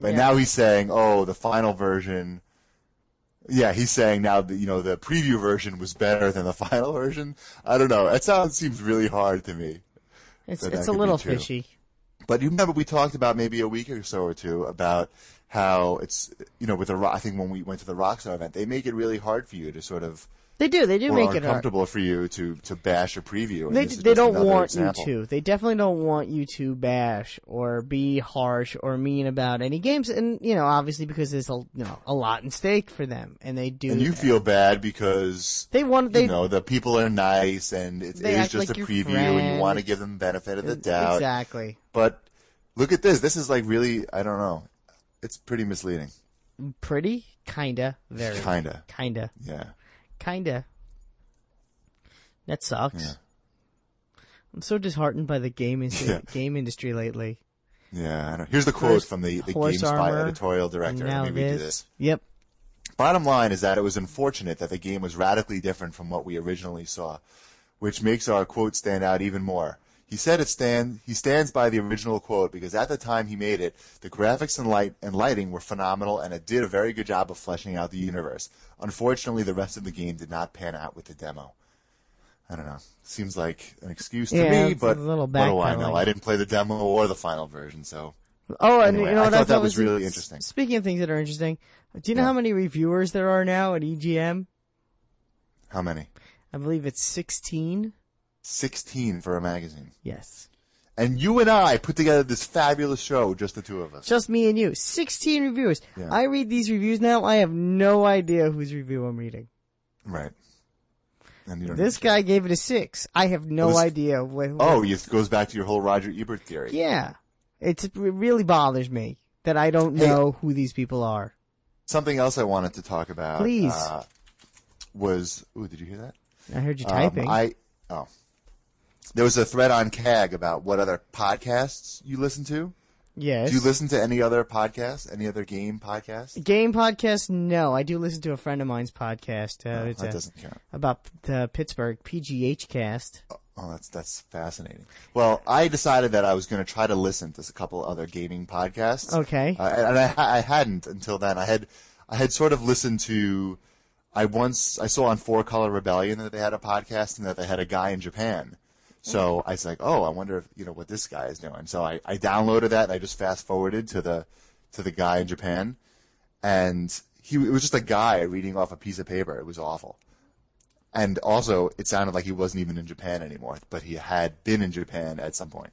but Yeah. now he's saying, "Oh, the final version." Yeah, he's saying now that you know the preview version was better than the final version. I don't know. That sounds seems really hard to me. it's that it's could a be little true. fishy. But you remember we talked about maybe a week or so or two about how it's you know with the Ro- I think when we went to the Rockstar event, they make it really hard for you to sort of They do. They do or make it hard. uncomfortable for you to to bash a preview. and They this is they just don't another want example. you to. They definitely don't want you to bash or be harsh or mean about any games. And you know, obviously, because there's a you know a lot in stake for them, and they do. And you that. feel bad because they want they you know the people are nice and it, it They is act just like a your preview, and friend. you want to give them the benefit of the doubt. exactly. But look at this. This is like really I don't know. It's pretty misleading, Pretty, kinda, very, kinda. kinda, Yeah. kinda. That sucks. I'm so disheartened by the game industry, Yeah. game industry lately. Yeah, I know. Here's the quote First, from the, the horse GameSpy armor, editorial And director. now Let me read you this. this. Yep. Bottom line is that it was unfortunate that the game was radically different from what we originally saw, which makes our quote stand out even more. He said it stand he stands by the original quote because at the time he made it, the graphics and light and lighting were phenomenal and it did a very good job of fleshing out the universe. Unfortunately, the rest of the game did not pan out with the demo. I don't know. Seems like an excuse to Yeah, me, it's but a little what do I know? backpedaling. I didn't play the demo or the final version, so Oh, and Anyway, you know I what thought I that thought was really s- interesting. Speaking of things that are interesting, do you know Yeah. how many reviewers there are now at EGM? how many? I believe it's 16. 16 for a magazine. Yes. And you and I put together this fabulous show, just the two of us. Just me and you. 16 reviewers. Yeah. I read these reviews now. I have no idea whose review I'm reading. Right. And you don't This guy gave it a 6. I have no Well, this- idea. What, Oh, it goes back to your whole Roger Ebert theory. Yeah. It's, it really bothers me that I don't Hey. know who these people are. Something else I wanted to talk about. Please. Uh, was ooh, did you hear that? I heard you Um, typing. I oh, there was a thread on CAG about what other podcasts you listen to. yes. Do you listen to any other podcasts? Any other game podcasts? Game podcast? No, I do listen to a friend of mine's podcast. Uh, it's Oh, that a- doesn't count. about the Pittsburgh PGH cast. Oh, that's that's fascinating. Well, I decided that I was going to try to listen to a couple other gaming podcasts. Okay. Uh, and I, I hadn't until then. I had, I had sort of listened to, I once, I saw on Four Color Rebellion that they had a podcast and that they had a guy in Japan. So I was like, oh, I wonder if, you know, what this guy is doing. So I, I downloaded that and I just fast forwarded to the, to the guy in Japan. And he, it was just a guy reading off a piece of paper. It was awful. And also, it sounded like he wasn't even in Japan anymore, but he had been in Japan at some point.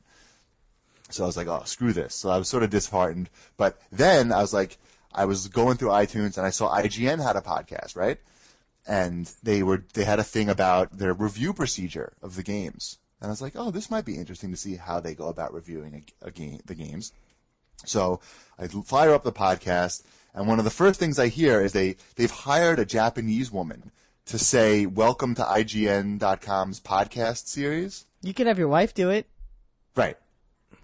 So I was like, oh, screw this. So I was sort of disheartened. But then I was like, I was going through iTunes and I saw IGN had a podcast, right? And they were, they had a thing about their review procedure of the games. And I was like, oh, this might be interesting to see how they go about reviewing a, a game, the games. So I fire up the podcast, and one of the first things I hear is they, they've hired a Japanese woman to say, welcome to IGN.com's podcast series. You could have your wife do it. Right.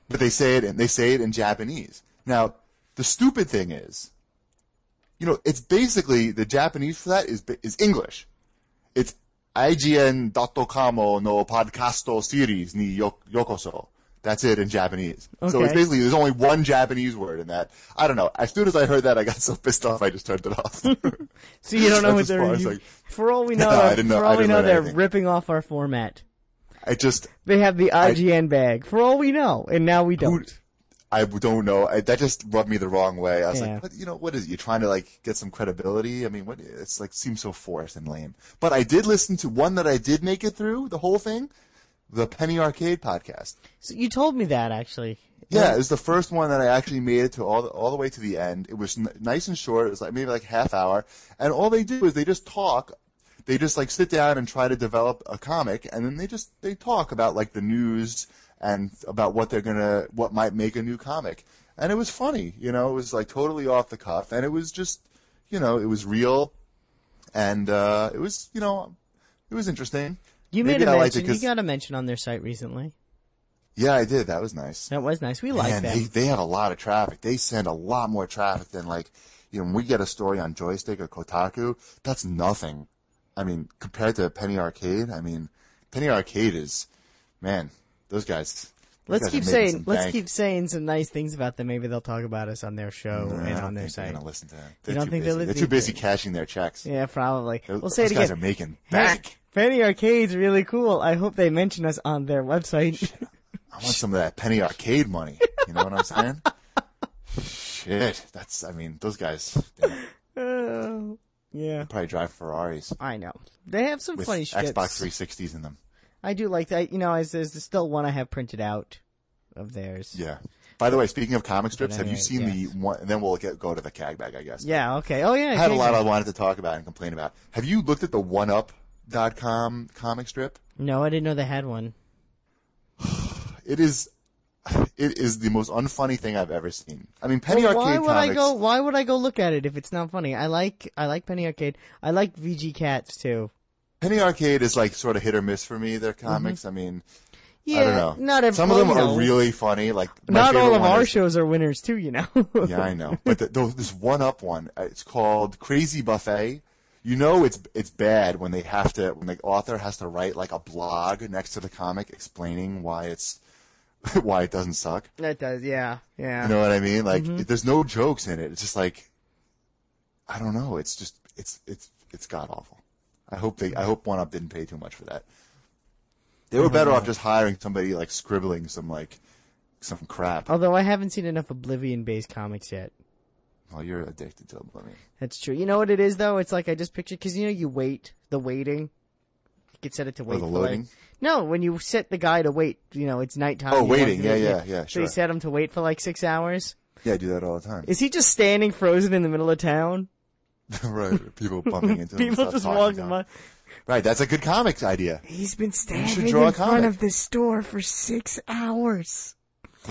But they say it and they say it in Japanese. Now, the stupid thing is, you know, it's basically the Japanese for that is is English. It's IGN.com no podcasto series ni yo- yokoso. That's it in Japanese. So it's Okay. basically there's only one Japanese word in that. I don't know. As soon as I heard that, I got so pissed off I just turned it off. So you don't That's know what as they're far as you- I- for all we know. No, I didn't know- For I all we didn't know, learn they're anything. ripping off our format. I just They have the IGN bag. For all we know, and now we don't. I don't know. I, that just rubbed me the wrong way. I was Yeah. like, what, you know, what is it? You're trying to like get some credibility? I mean, what? It's like seems so forced and lame. But I did listen to one that I did make it through the whole thing, the Penny Arcade podcast. So you told me that actually. Yeah, it was the first one that I actually made it to all the, all the way to the end. It was n- nice and short. It was like maybe like half hour, and all they do is they just talk. They just like sit down and try to develop a comic, and then they just they talk about like the news and about what they're gonna what might make a new comic. And it was funny, you know. It was like totally off the cuff, and it was just you know it was real, and uh, it was you know it was interesting. You Maybe made a I liked it mention. You 'cause- got a mention on their site recently. Yeah, I did. That was nice. That was nice. We like Man, they, that. they have a lot of traffic. They send a lot more traffic than like, you know, when we get a story on Joystick or Kotaku, that's nothing. I mean, compared to Penny Arcade, I mean, Penny Arcade is, man, those guys. those Let's guys keep are making saying some let's bank. keep saying some nice things about them. Maybe they'll talk about us on their show Nah, I and don't on their think they're site. gonna listen to that. They're don't too think they're busy. They're listening too busy to it? cashing their checks. Yeah, probably. Those, we'll say those it guys again. are making Hey, bank. Fanny Arcade's really cool. I hope they mention us on their website. I want some of that penny arcade money. You know what I'm saying? Shit, that's. I mean, those guys they Oh, yeah, probably drive Ferraris I know. They have some with funny shit. Xbox 360s in them. I do like that. You know, I, there's still one I have printed out of theirs. Yeah. By the way, speaking of comic strips, have you anyway, seen yes. the one? And then we'll get, go to the cag bag, I guess. Yeah, okay. Oh, yeah. I had a Jacob. lot I wanted to talk about and complain about. Have you looked at the OneUp.com comic strip? No, I didn't know they had one. It is, it is the most unfunny thing I've ever seen. I mean, Penny Well, Arcade why would comics. I go? Why would I go look at it if it's not funny? I like I like Penny Arcade. I like VG Cats too. Penny Arcade is like sort of hit or miss for me. Their comics. I mean, Mm-hmm. Yeah, I don't know. not every, Some of them well, you are know, really funny. Like my Not favorite all of one our is- shows are winners too, you know. Yeah, I know. But the, the, this one up one, uh, it's called Crazy Buffet. You know it's it's bad when they have to when the author has to write like a blog next to the comic explaining why it's why it doesn't suck. that does. Yeah, yeah. You know what I mean? Like there's no jokes in it. It's just like I don't know. It's just it's it's it's god awful. I hope they I hope one up didn't pay too much for that. They were better off just hiring somebody like scribbling some like some crap. Although I haven't seen enough Oblivion-based comics yet. Well, Oh, you're addicted to oblivion. That's true. You know what it is though? It's like I just pictured because you know you wait the waiting. You could set it to wait Oh, the for, like- loading? no, when you set the guy to wait, you know it's nighttime. Oh, you want waiting. to- Yeah, yeah, yeah, So sure. you set him to wait for like six hours. Yeah, I do that all the time. Is he just standing frozen in the middle of town? right. People bumping into him. and People stuff, just talking to walking him. by. Right. That's a good comics idea. He's been standing draw a in front comic. of the store for six hours.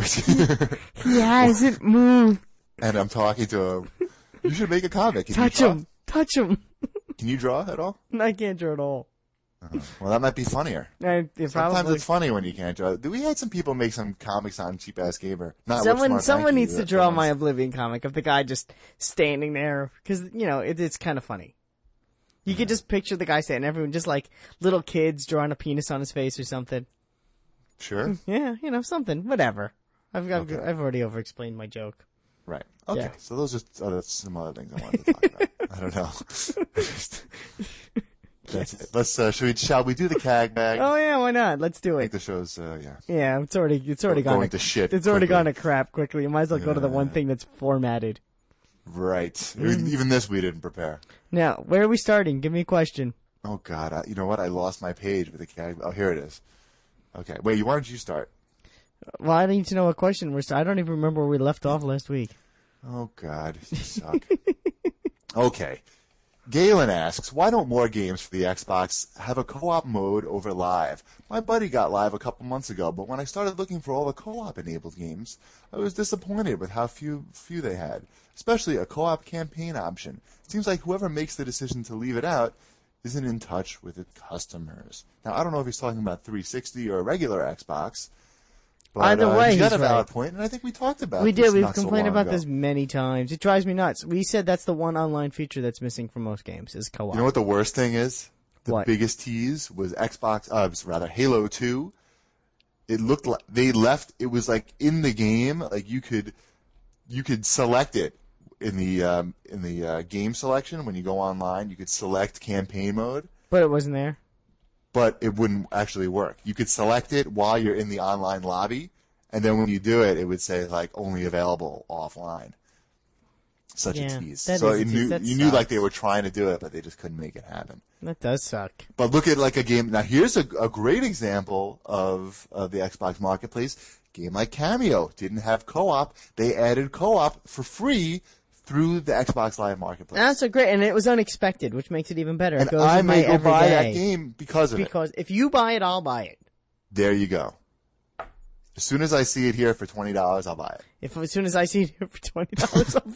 and He hasn't moved. I'm talking to him. You should make a comic. Can you Touch draw? him. Touch him. Can you draw at all? I can't draw at all. Well, that might be funnier. I, it Sometimes probably. it's funny when you can't draw. We had some people make some comics on cheap ass gamer. Not Someone, Whipsmart, someone thank you, needs to that's draw the my ones. Oblivion comic of the guy just standing there because you know it, it's kind of funny. You Mm. could just picture the guy standing, everyone just like little kids drawing a penis on his face or something. Hmm. Sure. Yeah, you know something, whatever. I've I've, Okay. I've already over-explained my joke. Right. Okay. Yeah. So those are oh, that's some other things I wanted to talk about. I don't know. Just- that's it. Let's. Uh, should we? Shall we do the cag bag? Oh yeah, why not? Let's do I think it. the show's. Uh, yeah. Yeah, it's already it's already Going gone to shit It's already quickly. gone to crap quickly. You might as well go to the one thing that's formatted. Right. Mm. Even Even this we didn't prepare. Now, where are we starting? Give me a question. Oh God, I, you know what? I lost my page with the cat. Oh, here it is. Okay, wait. Why don't you start? Well, I need to know what question we're. St- I don't even remember where we left off last week. Oh God, you suck. okay. Galen asks, why don't more games for the Xbox have a co-op mode over live? My buddy got live a couple months ago, but when I started looking for all the co-op enabled games, I was disappointed with how few few they had, especially a co-op campaign option. It seems like whoever makes the decision to leave it out isn't in touch with its customers. Now, I don't know if he's talking about 360 or a regular Xbox, but Either way, he got he's a valid right. point, and I think we talked about we this did. We've not so complained long about ago. this many times. It drives me nuts. We said that's the one online feature that's missing from most games is co-op. You know what the worst thing is? The What? biggest tease was Xbox, uh, rather Halo 2. It looked like they left, it was like in the game, like you could, you could select it in the, um, in the, uh, game selection when you go online, you could select campaign mode, but it wasn't there. but it wouldn't actually work. You could select it while you're in the online lobby, and then when you do it, it would say like only available offline. Such Yeah, a tease. that so is a you tease. knew, That you knew like sucks. they were trying to do it, but they just couldn't make it happen. That does suck. But look at like a game. Now here's a, a great example of, of the Xbox Marketplace. Game like Cameo didn't have co-op. They added co-op for free through the Xbox Live Marketplace. That's a great, and it was unexpected, which makes it even better. and it goes I in my may go buy that everyday. game because of it. because if you buy it, I'll buy it. There you go. As soon as I see it here for twenty dollars, I'll buy it. If as soon as I see it here for twenty dollars, I'll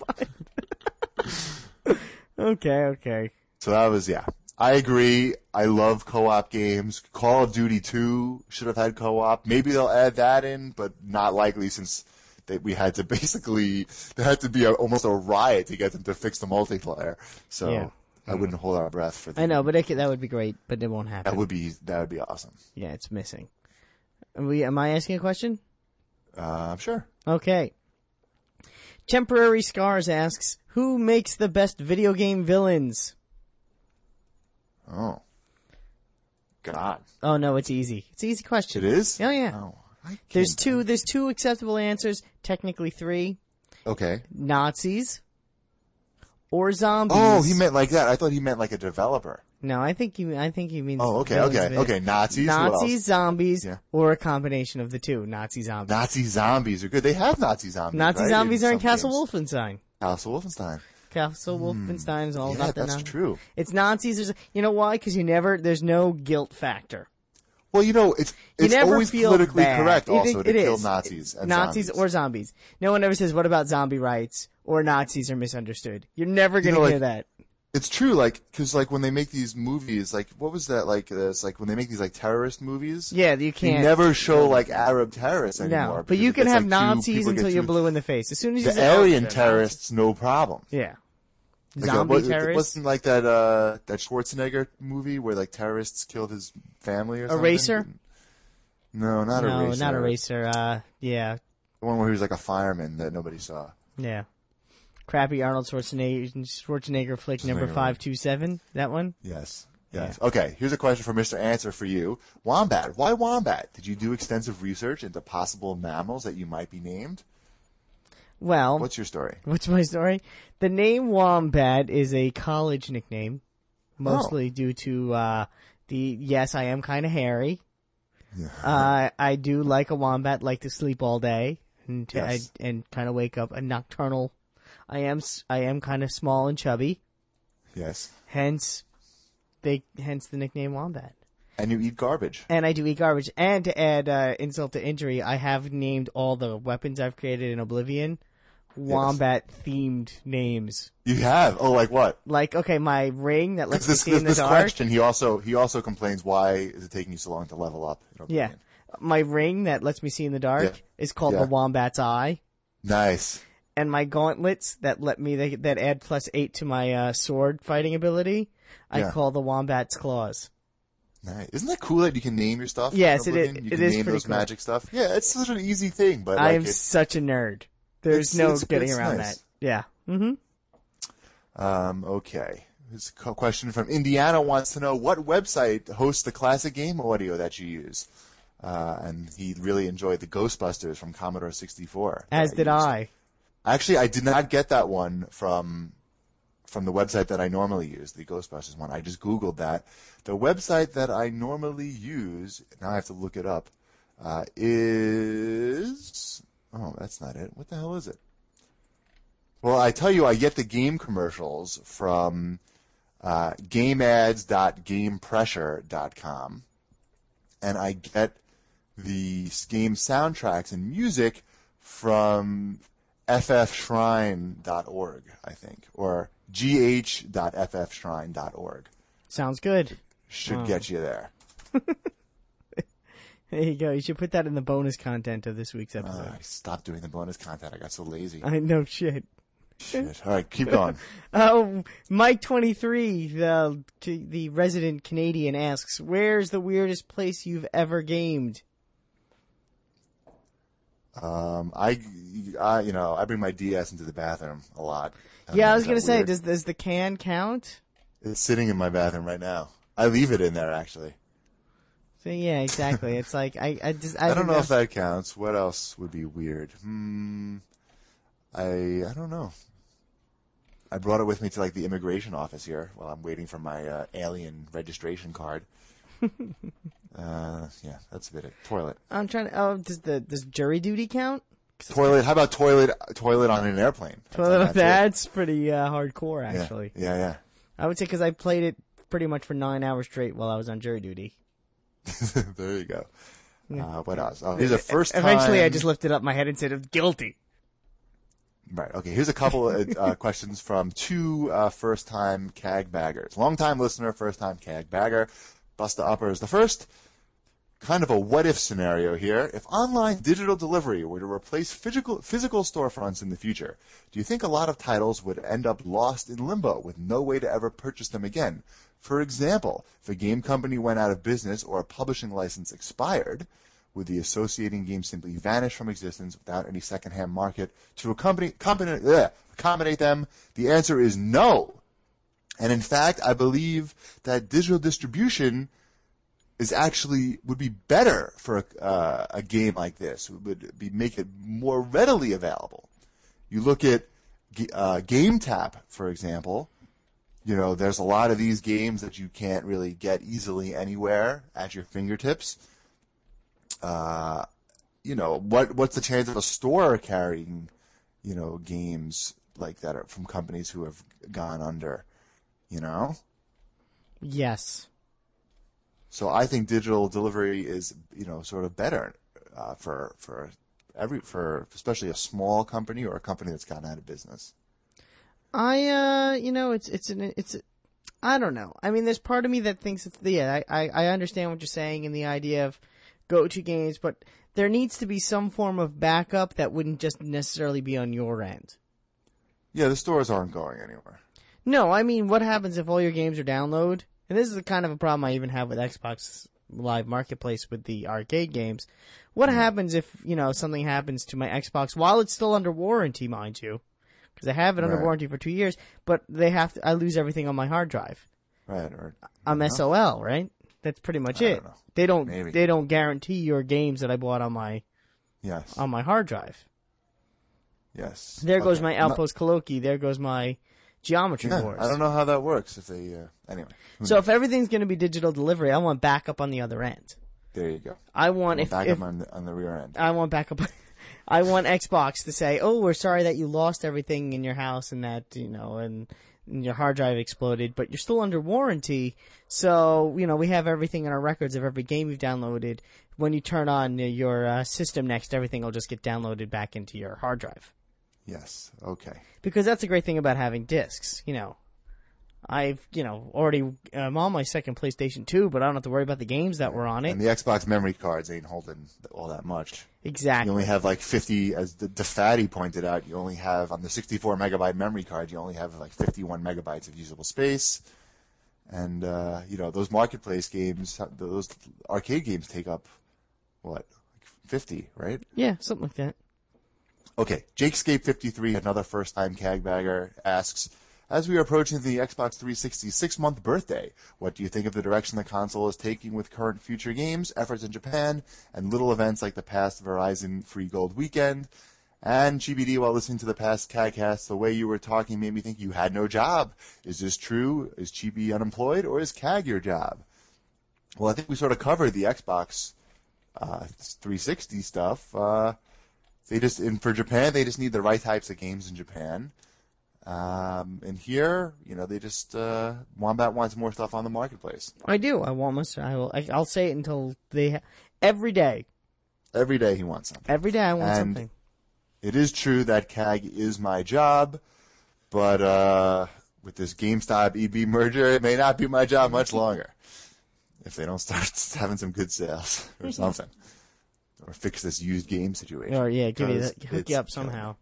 buy it. okay, okay. So that was yeah. I agree. I love co-op games. Call of Duty 2 should have had co-op. Maybe they'll add that in, but not likely since they, we had to basically, there had to be a, almost a riot to get them to fix the multiplayer. So Yeah. Mm-hmm. I wouldn't hold our breath for that. I know, but it could, that would be great, but it won't happen. That would be, that would be awesome. yeah, it's missing. Are we, am I asking a question? Uh, sure. Okay. Temporary Scars asks, who makes the best video game villains? Oh. God. Oh no, it's easy. It's an easy question. It is? Oh yeah. Oh, I can't- There's two, there's two acceptable answers, technically three. Okay. Nazis or zombies. Oh, he meant like that. I thought he meant like a developer. No, I think he, I think he means. Oh, okay, villains okay, vi- okay. Nazis. what else? Nazis, zombies, Yeah. or a combination of the two. Nazi zombies. Nazi zombies are good. They have Nazi zombies. Nazi right, zombies are in some games. Castle Wolfenstein. Castle Wolfenstein. Castle Wolfenstein is all Hmm. Yeah, about the that's Nazi- true. It's Nazis. There's, you know why? Because you never. There's no guilt factor. Well, you know, it's You it's never always feel politically bad. correct It- also to it kill is. Nazis and Nazis zombies. or zombies. No one ever says, "What about zombie rights?" or "Nazis are misunderstood." You're never going to know, like- hear that. it's true, like because like when they make these movies, like what was that like? Uh, it's like when they make these like terrorist movies. Yeah, you They can't. never show like Arab terrorists anymore. no, but because you it can gets, have like, too- Nazis people get until you're too- blue in the face. As soon as you The say, oh, Aryan they're terrorists, no problem. Nazis. Yeah. Like, uh, zombie what- It terrorists. wasn't like that uh, that Schwarzenegger movie where like terrorists killed his family or something. Eraser? No, not no, eraser. not a racer. Uh, yeah, The one where he was like a fireman that nobody saw. yeah. Crappy Arnold Schwarzenegger, Schwarzenegger flick number Schwarzenegger. five two seven. That one. Yes. Yes. Okay. Here's a question for Mr. Answer for you. Wombat. Why wombat? Did you do extensive research into possible mammals that you might be named? Well, What's your story? What's my story? The name Wombat is a college nickname, mostly due to uh, the yes, I am kind of hairy. Uh, I do like a wombat, like to sleep all day and to- Yes. I- and kind of wake up a nocturnal. I am s- I am kind of small and chubby, Yes. hence they hence the nickname Wombat. And you eat garbage. And I do eat garbage. And to add uh, insult to injury, I have named all the weapons I've created in Oblivion wombat themed names. You have. Oh, like what? like okay, my ring that lets me This, see this, in the this dark. question, he also, he also complains, why is it taking you so long to level up? You know what I Yeah, mean? my ring that lets me see in the dark Yeah. is called Yeah. the Wombat's Eye, Nice. and my gauntlets that let me that, that add plus eight to my uh, sword fighting ability, I Yeah. call the Wombat's Claws. Nice. Isn't that cool that you can name your stuff? in Yes, it i- Oblivion? You it can is name pretty those cool. magic stuff. Yeah, it's such an easy thing, but I like am it's, such a nerd. There's It's- no it's- getting it's around nice. that. Yeah. Mm-hmm. Um, okay. This co- question from Indiana wants to know what website hosts the classic game audio that you use. Uh, and he really enjoyed the Ghostbusters from Commodore 64. that As used. did I. Actually, I did not get that one from from the website that I normally use, the Ghostbusters one. I just Googled that. The website that I normally use, now I have to look it up, uh, is. Oh, that's not it. What the hell is it? Well, I tell you, I get the game commercials from uh, gameads.gamepressure.com, and I get the game soundtracks and music from ffshrine.org, I think, or gh.ffshrine.org. Sounds good. Should get you there. There you go. You should put that in the bonus content of this week's Uh, episode. I stopped doing the bonus content. I got so lazy. I know shit. Shit. All right, keep going. Oh, Mike twenty three, the the resident Canadian asks, "Where's the weirdest place you've ever gamed?" Um, I, I, you know, I bring my DS into the bathroom a lot. don't yeah, know, I was is gonna that say, weird? does does the can count? it's sitting in my bathroom right now. I leave it in there actually. So yeah, exactly. it's like I I just I, I don't know if that counts. What else would be weird? Hmm. I I don't know. I brought it with me to like the immigration office here while I'm waiting for my uh, alien registration card. uh, yeah, that's about it. Toilet, I'm trying to. Oh, does the does jury duty count? toilet. How about toilet? Toilet on an airplane. That's- Well, that's it. that's pretty uh, hardcore, Yeah. actually. Yeah, yeah. I would say because I played it pretty much for nine hours straight while I was on jury duty. there you go. E, Uh, what else? Oh, here's the first time. Eventually, I just lifted up my head and said, "I'm guilty." Right. Okay. Here's a couple of uh, questions from two uh, first-time CAG baggers. Long-time listener, first-time CAG bagger. Busta Upper is the first. Kind of a what-if scenario here. If online digital delivery were to replace physical physical storefronts in the future, do you think a lot of titles would end up lost in limbo with no way to ever purchase them again? For example, if a game company went out of business or a publishing license expired, would the associating game simply vanish from existence without any secondhand market to accompany, accompany, ugh, accommodate them? The answer is no. And in fact, I believe that digital distribution is actually would be better for a, uh, a game like this. It would be make it more readily available. You look at G- uh, GameTap, for example. You know, there's a lot of these games that you can't really get easily anywhere at your fingertips uh, you know, what what's the chance of a store carrying, you know, games like that are from companies who have gone under, you know? Yes. So I think digital delivery is, you know, sort of better uh, for for every for especially a small company or a company that's gotten out of business. I uh, you know, it's it's an it's a, I don't know. I mean, there's part of me that thinks it's yeah. I I, I understand what you're saying and the idea of go-to games, but there needs to be some form of backup that wouldn't just necessarily be on your end. Yeah, the stores aren't going anywhere. No, I mean, what happens if all your games are download? And this is the kind of a problem I even have with Xbox Live Marketplace with the arcade games. Mm. What happens if, you know, something happens to my Xbox while it's still under warranty, mind you? Because I have it under Right. warranty for two years, but they have to, I lose everything on my hard drive. Right, or I'm you know? SOL, right? That's pretty much Uh-huh. I it. don't know. They don't, Maybe. they don't guarantee your games that I bought on my, Yes. on my hard drive. yes. Um, There goes Okay. my I'm not- outpost Koloki. There goes my geometry yeah, wars. I don't know how that works if they uh, anyway. So if everything's going to be digital delivery, I want backup on the other end. There you go. I want if, Back if up on the, on the rear end. I want backup. I want Xbox to say, "Oh, we're sorry that you lost everything in your house and that you know and, and your hard drive exploded, but you're still under warranty. So you know we have everything in our records of every game you've downloaded. When you turn on your uh, system next, everything will just get downloaded back into your hard drive." Yes. Okay. because that's the great thing about having discs. You know, I've you know already I'm on my second PlayStation 2, but I don't have to worry about the games that were on it. And the Xbox memory cards ain't holding all that much. You Exactly. only have like 50, as the, the fatty pointed out, you only have on the 64 megabyte memory card, you only have like 51 megabytes of usable space. And, uh, you know, those marketplace games, those arcade games take up, what, like 50, right? Yeah, something like that. Okay, JakeScape53, another first-time CAG bagger, asks, as we are approaching the Xbox 360 six-month birthday, what do you think of the direction the console is taking with current future games, efforts in Japan, and little events like the past Verizon Free Gold Weekend? And GBD, while listening to the past CAGcast, the way you were talking made me think you had no job. Is this true? Is GB unemployed, or is CAG your job? Well, I think we sort of covered the Xbox uh, 360 stuff. Uh, they just and for Japan, they just need the right types of games in Japan. Um, and here, you know, they just uh, Wombat wants more stuff on the marketplace I do. I want my. I will. I, I'll say it until they. Ha- every day. every day. He wants something. Every day I want And- something. It is true that CAG is my job, but uh, with this GameStop EB merger, it may not be my job much longer if they don't start having some good sales or something, or fix this used game situation. Or yeah, give you Because that, hook it's you up killing somehow.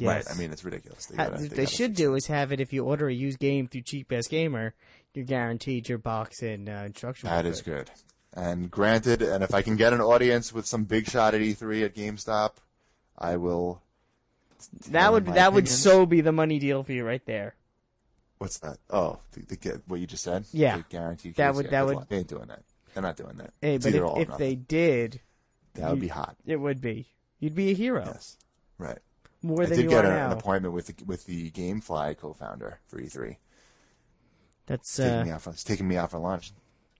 me. Right? Yes. I mean, it's ridiculous. They, Ha- gotta- what they they gotta should do is have it if you order a used game through Cheap Ass Gamer, you're guaranteed your box and uh, instruction. That booklet. is good. And granted, and if I can get an audience with some big shot at E3 at GameStop, I will. That would my that would opinion. so be the money deal for you right there. What's that? Oh, to, to get what you just said. Yeah. To guarantee That kids, would- yeah, that good would- luck. They ain't doing that. They're not doing that. Hey, It's but either if, all or if nothing. they did, that would be hot. It would be. You'd be a hero Yes. Right. more I than did you get are a- now. an appointment with the, with the GameFly co-founder for E3. That's Taking me uh, out for it's taking me out for lunch.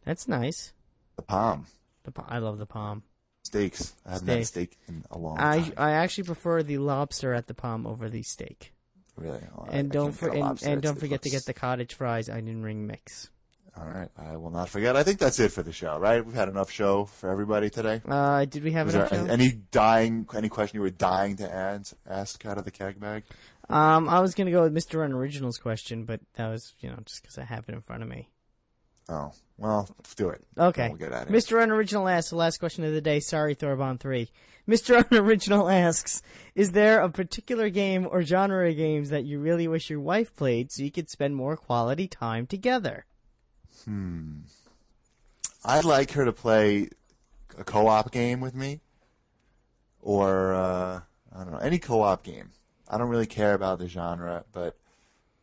that's nice. The Palm The pa- I love the palm. steaks. I haven't had a steak in a long I time. I actually prefer the lobster at the palm over the steak. Really. Well, I- And I don't can't get for, a and, lobster. and It's- don't it forget to looks- get the cottage fries onion ring mix. All right. I will not forget. I think that's it for the show, right? We've had enough show for everybody today. Uh, did we have Was enough? there time? any dying, any question you were dying to ans- ask out of the keg bag? Um, I was gonna go with Mr. Unoriginal's question, but that was you know just because I have it in front of me. Oh, well, let's do it. Okay. We'll get out of here. Mr. Unoriginal asks the last question of the day. Sorry, Thorbon three. Mr. Unoriginal asks, is there a particular game or genre of games that you really wish your wife played so you could spend more quality time together? I'd like her to play a co-op game with me, or uh, I don't know, any co-op game. I don't really care about the genre, but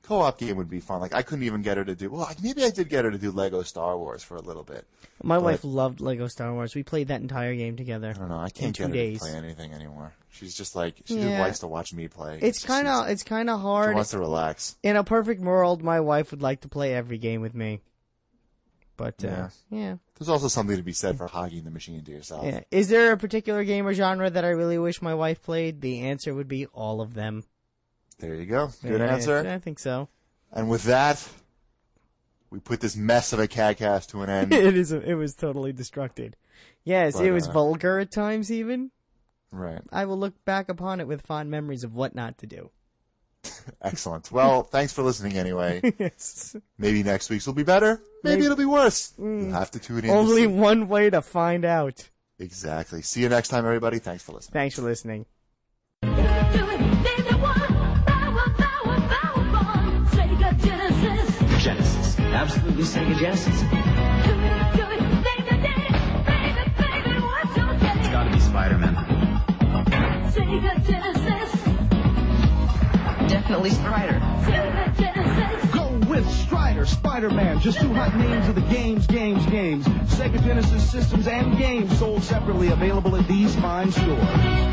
co-op game would be fun. Like I couldn't even get her to do. Well, like, maybe I did get her to do Lego Star Wars for a little bit. My wife loved Lego Star Wars. We played that entire game together. I don't know. I can't two get her days. to play anything anymore. She's just like she Yeah. just likes to watch me play. It's She- kind of it's kind of she hard. wants to relax. In a perfect world, my wife would like to play every game with me. But uh, Yeah. yeah. There's also something to be said for hogging the machine to yourself. Yeah. Is there a particular game or genre that I really wish my wife played? The answer would be all of them. There you go. Good Yeah, answer. I think so. And with that, we put this mess of a cadcast to an end. it is. A, it was totally destructed. Yes, But, it was uh, vulgar at times. Even Right. I will look back upon it with fond memories of what not to do. Excellent. Well, thanks for listening anyway. yes. Maybe next week's will be better. Maybe, Maybe- Mm. it'll be worse. You'll have to tune in. to Only see. one way to find out. Exactly. See you next time, everybody. Thanks for listening. Thanks for listening. Genesis. Absolutely Sega Genesis. Gotta be Spider-Man. Definitely Strider. Go with Strider, Spider-Man, just two hot names of the games, games, games. Sega Genesis systems and games sold separately, available at these fine stores.